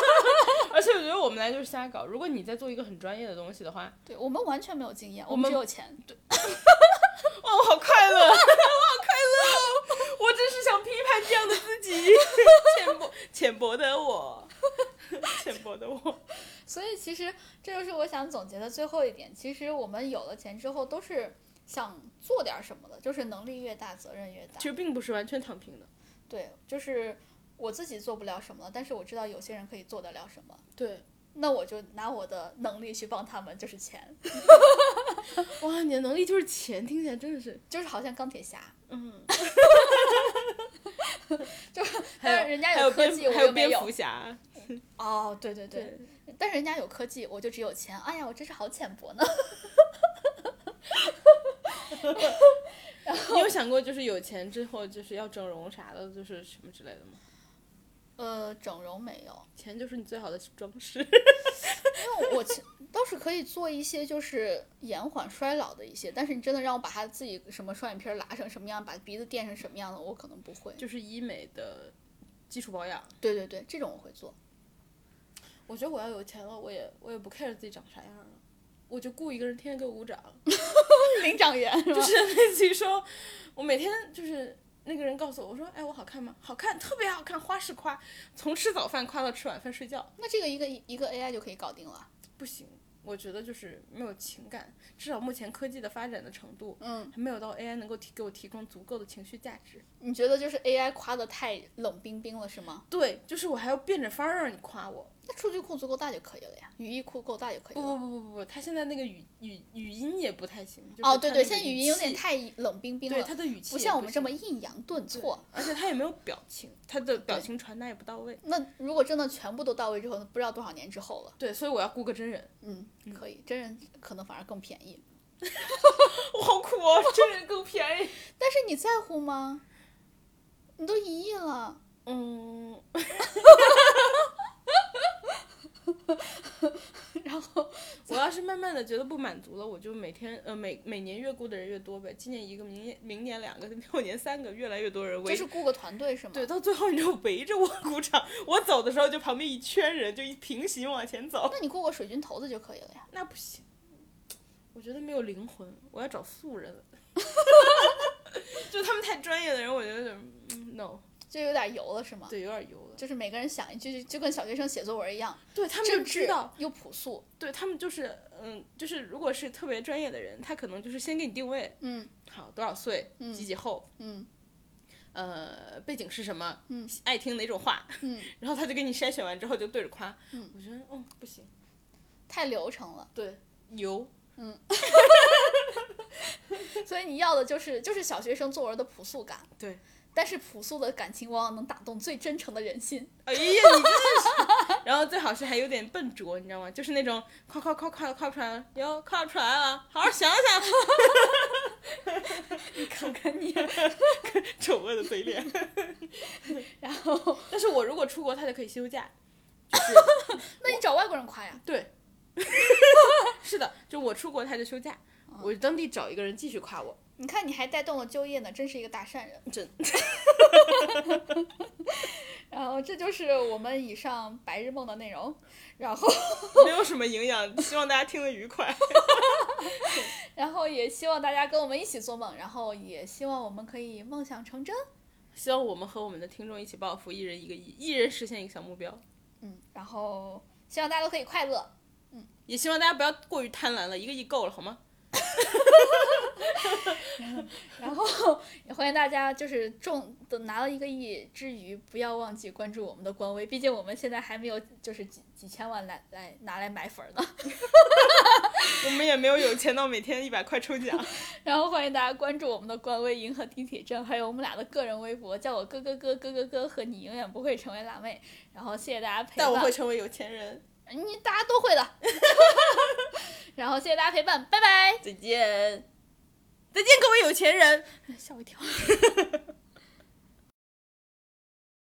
Speaker 2: 而且我觉得我们来就是瞎搞。如果你在做一个很专业的东西的话，
Speaker 1: 对我们完全没有经验，我
Speaker 2: 我
Speaker 1: 们
Speaker 2: 们
Speaker 1: 只有钱。
Speaker 2: 哇，我哦好快乐，我 好快乐，哦 我真是想批判这样的自己， 浅薄浅薄的我，浅薄的我，
Speaker 1: 所以其实这就是我想总结的最后一点。其实我们有了钱之后，都是想做点什么的，就是能力越大，责任越大
Speaker 2: 其。实并不是完全躺平的。
Speaker 1: 对，就是我自己做不了什么，但是我知道有些人可以做得了什么，
Speaker 2: 对，
Speaker 1: 那我就拿我的能力去帮他们，就是钱，
Speaker 2: 哇，你的能力就是钱，听起来真的是，
Speaker 1: 就是好像钢铁侠，
Speaker 2: 嗯，还
Speaker 1: 但
Speaker 2: 有
Speaker 1: 是人家
Speaker 2: 还有
Speaker 1: 科
Speaker 2: 蝙
Speaker 1: 技，
Speaker 2: 蝠，
Speaker 1: 我
Speaker 2: 还有
Speaker 1: 又没有
Speaker 2: 蝙 蝠。侠，
Speaker 1: 哦，对对对，，但是人家有科技，我就只有钱。哎呀，我真是好浅薄 呢。
Speaker 2: 你有想过就是有钱之后就是要整容啥的，就是什么之类的吗？
Speaker 1: 呃，整容没有，
Speaker 2: 钱就是你最好的装饰。
Speaker 1: 因为我其倒是可以做一些就是延缓衰老的一些，但是你真的让我把它自己什么双眼皮儿拉成什么样，把鼻子垫成什么样的，我可能不会。
Speaker 2: 就是医美的基础保养。
Speaker 1: 对对对，这种我会做。
Speaker 2: 我觉得我要有钱了，我也我也不 care 自己长啥样了，我就雇一个人天天给我 鼓掌，
Speaker 1: 领长员是吧？
Speaker 2: 就是类似于说，我每天就是那个人告诉我，我说，哎，我好看吗？好看，特别好看，花式夸，从吃早饭夸到吃晚饭睡觉，
Speaker 1: 那这个一个一个 AI 就可以搞定了。
Speaker 2: 不行。我觉得就是没有情感，至少目前科技的发展的程度，
Speaker 1: 嗯，
Speaker 2: 还没有到 AI 能够提给我提供足够的情绪价值。
Speaker 1: 你觉得就是 AI 夸的太冷冰冰了是吗？
Speaker 2: 对，就是我还要变着法儿让你夸我，
Speaker 1: 那数据库足够大就可以了呀，语义库够大就可以
Speaker 2: 不
Speaker 1: 了。
Speaker 2: 不不不不，他现在那个语语语音也不太行。就是
Speaker 1: 哦，对
Speaker 2: 他
Speaker 1: 对，
Speaker 2: 那个
Speaker 1: 现在语音有
Speaker 2: 气
Speaker 1: 点太冷冰冰
Speaker 2: 对
Speaker 1: 了，
Speaker 2: 他的语气
Speaker 1: 不
Speaker 2: 也
Speaker 1: 像我们
Speaker 2: 行
Speaker 1: 这么抑扬顿挫。，
Speaker 2: 对而且他也没有表情，他的表
Speaker 1: 对
Speaker 2: 情传达也不到位。
Speaker 1: 那如果真的全部都到位之后，不知道多少年之后了。
Speaker 2: 对，所以我要雇个真 人，
Speaker 1: 嗯，可以，真人可能反而更便宜。
Speaker 2: 我好苦哦，真人更 便宜。
Speaker 1: 但是你在乎吗？你都一啊亿了，
Speaker 2: 嗯，
Speaker 1: 然后
Speaker 2: 我要是慢慢的觉得不满足了，我就每天呃每每年越雇的人越多呗，今年一个，明年明年两个，后年三个，越来越多人
Speaker 1: 这
Speaker 2: 围
Speaker 1: 是雇个团队是吗？
Speaker 2: 对，到最后你知道围着我鼓掌，我走的时候就旁边一圈人就一平行往前走，
Speaker 1: 那你雇个水军头子就可以了呀。
Speaker 2: 那不行，我觉得没有灵魂，我要找素人， 就他们太专业的人，我觉得有点嗯 no，
Speaker 1: 就有点油了是吗？
Speaker 2: 对，有点油了。
Speaker 1: 就是每个人想一句，就就跟小学生写作文一样，
Speaker 2: 对他们就
Speaker 1: 政
Speaker 2: 知
Speaker 1: 治
Speaker 2: 道，
Speaker 1: 又朴素。
Speaker 2: 对他们就是嗯，就是如果是特别专业的人，他可能就是先给你定位，
Speaker 1: 嗯
Speaker 2: 好多少岁，
Speaker 1: 嗯
Speaker 2: 几几后，
Speaker 1: 嗯
Speaker 2: 呃，背景是什么，
Speaker 1: 嗯，
Speaker 2: 爱听哪种话，
Speaker 1: 嗯，
Speaker 2: 然后他就给你筛选完之后就对着夸，
Speaker 1: 嗯，
Speaker 2: 我觉得嗯不行，
Speaker 1: 太流程了。
Speaker 2: 对，油，
Speaker 1: 所以你要的就是就是小学生作文的朴素感。
Speaker 2: 对。
Speaker 1: 但是朴素的感情往往能打动最真诚的人心。
Speaker 2: 哎呀，你真是， 然后最好是还有点笨拙，你知道吗？就是那种夸夸夸夸夸不出来了，哟，夸不出来了，好好想想，
Speaker 1: 你看看你，
Speaker 2: 啊丑恶的嘴 脸。
Speaker 1: 然后
Speaker 2: 但是我如果出国，他就可以休假，就是
Speaker 1: 那你找外国人夸呀。
Speaker 2: 对，是的，就我出国他就休假，我当地找一个人继续夸 我。
Speaker 1: 你看你还带动了就业呢，真是一个大善人。
Speaker 2: 真，
Speaker 1: 然后这就是我们以上白日梦的内容。然后
Speaker 2: 没有什么营养，希望大家听得愉快。
Speaker 1: 然后也希望大家跟我们一起做梦，然后也希望我们可以梦想成真。
Speaker 2: 希望我们和我们的听众一起暴富，一人一个亿，一人实现一个小目标。
Speaker 1: 嗯，然后希望大家都可以快乐。
Speaker 2: 也希望大家不要过于贪婪了，一个亿够了好吗？
Speaker 1: 然后也欢迎大家就是中的拿了一个亿之余，不要忘记关注我们的官微，毕竟我们现在还没有就是几几千万来来拿来买粉儿呢。
Speaker 2: 我们也没有有钱到每天一百块抽奖。
Speaker 1: 然后欢迎大家关注我们的官微“银河地铁站”，还有我们俩的个人微博，叫我哥哥哥哥哥哥和你永远不会成为辣妹。然后谢谢大家陪
Speaker 2: 但我
Speaker 1: 伴
Speaker 2: 会，成为有钱人。
Speaker 1: 你大家都会的。 然后谢谢大家陪伴，拜拜。
Speaker 2: 再见，再见，各位有钱人。
Speaker 1: 吓我一跳。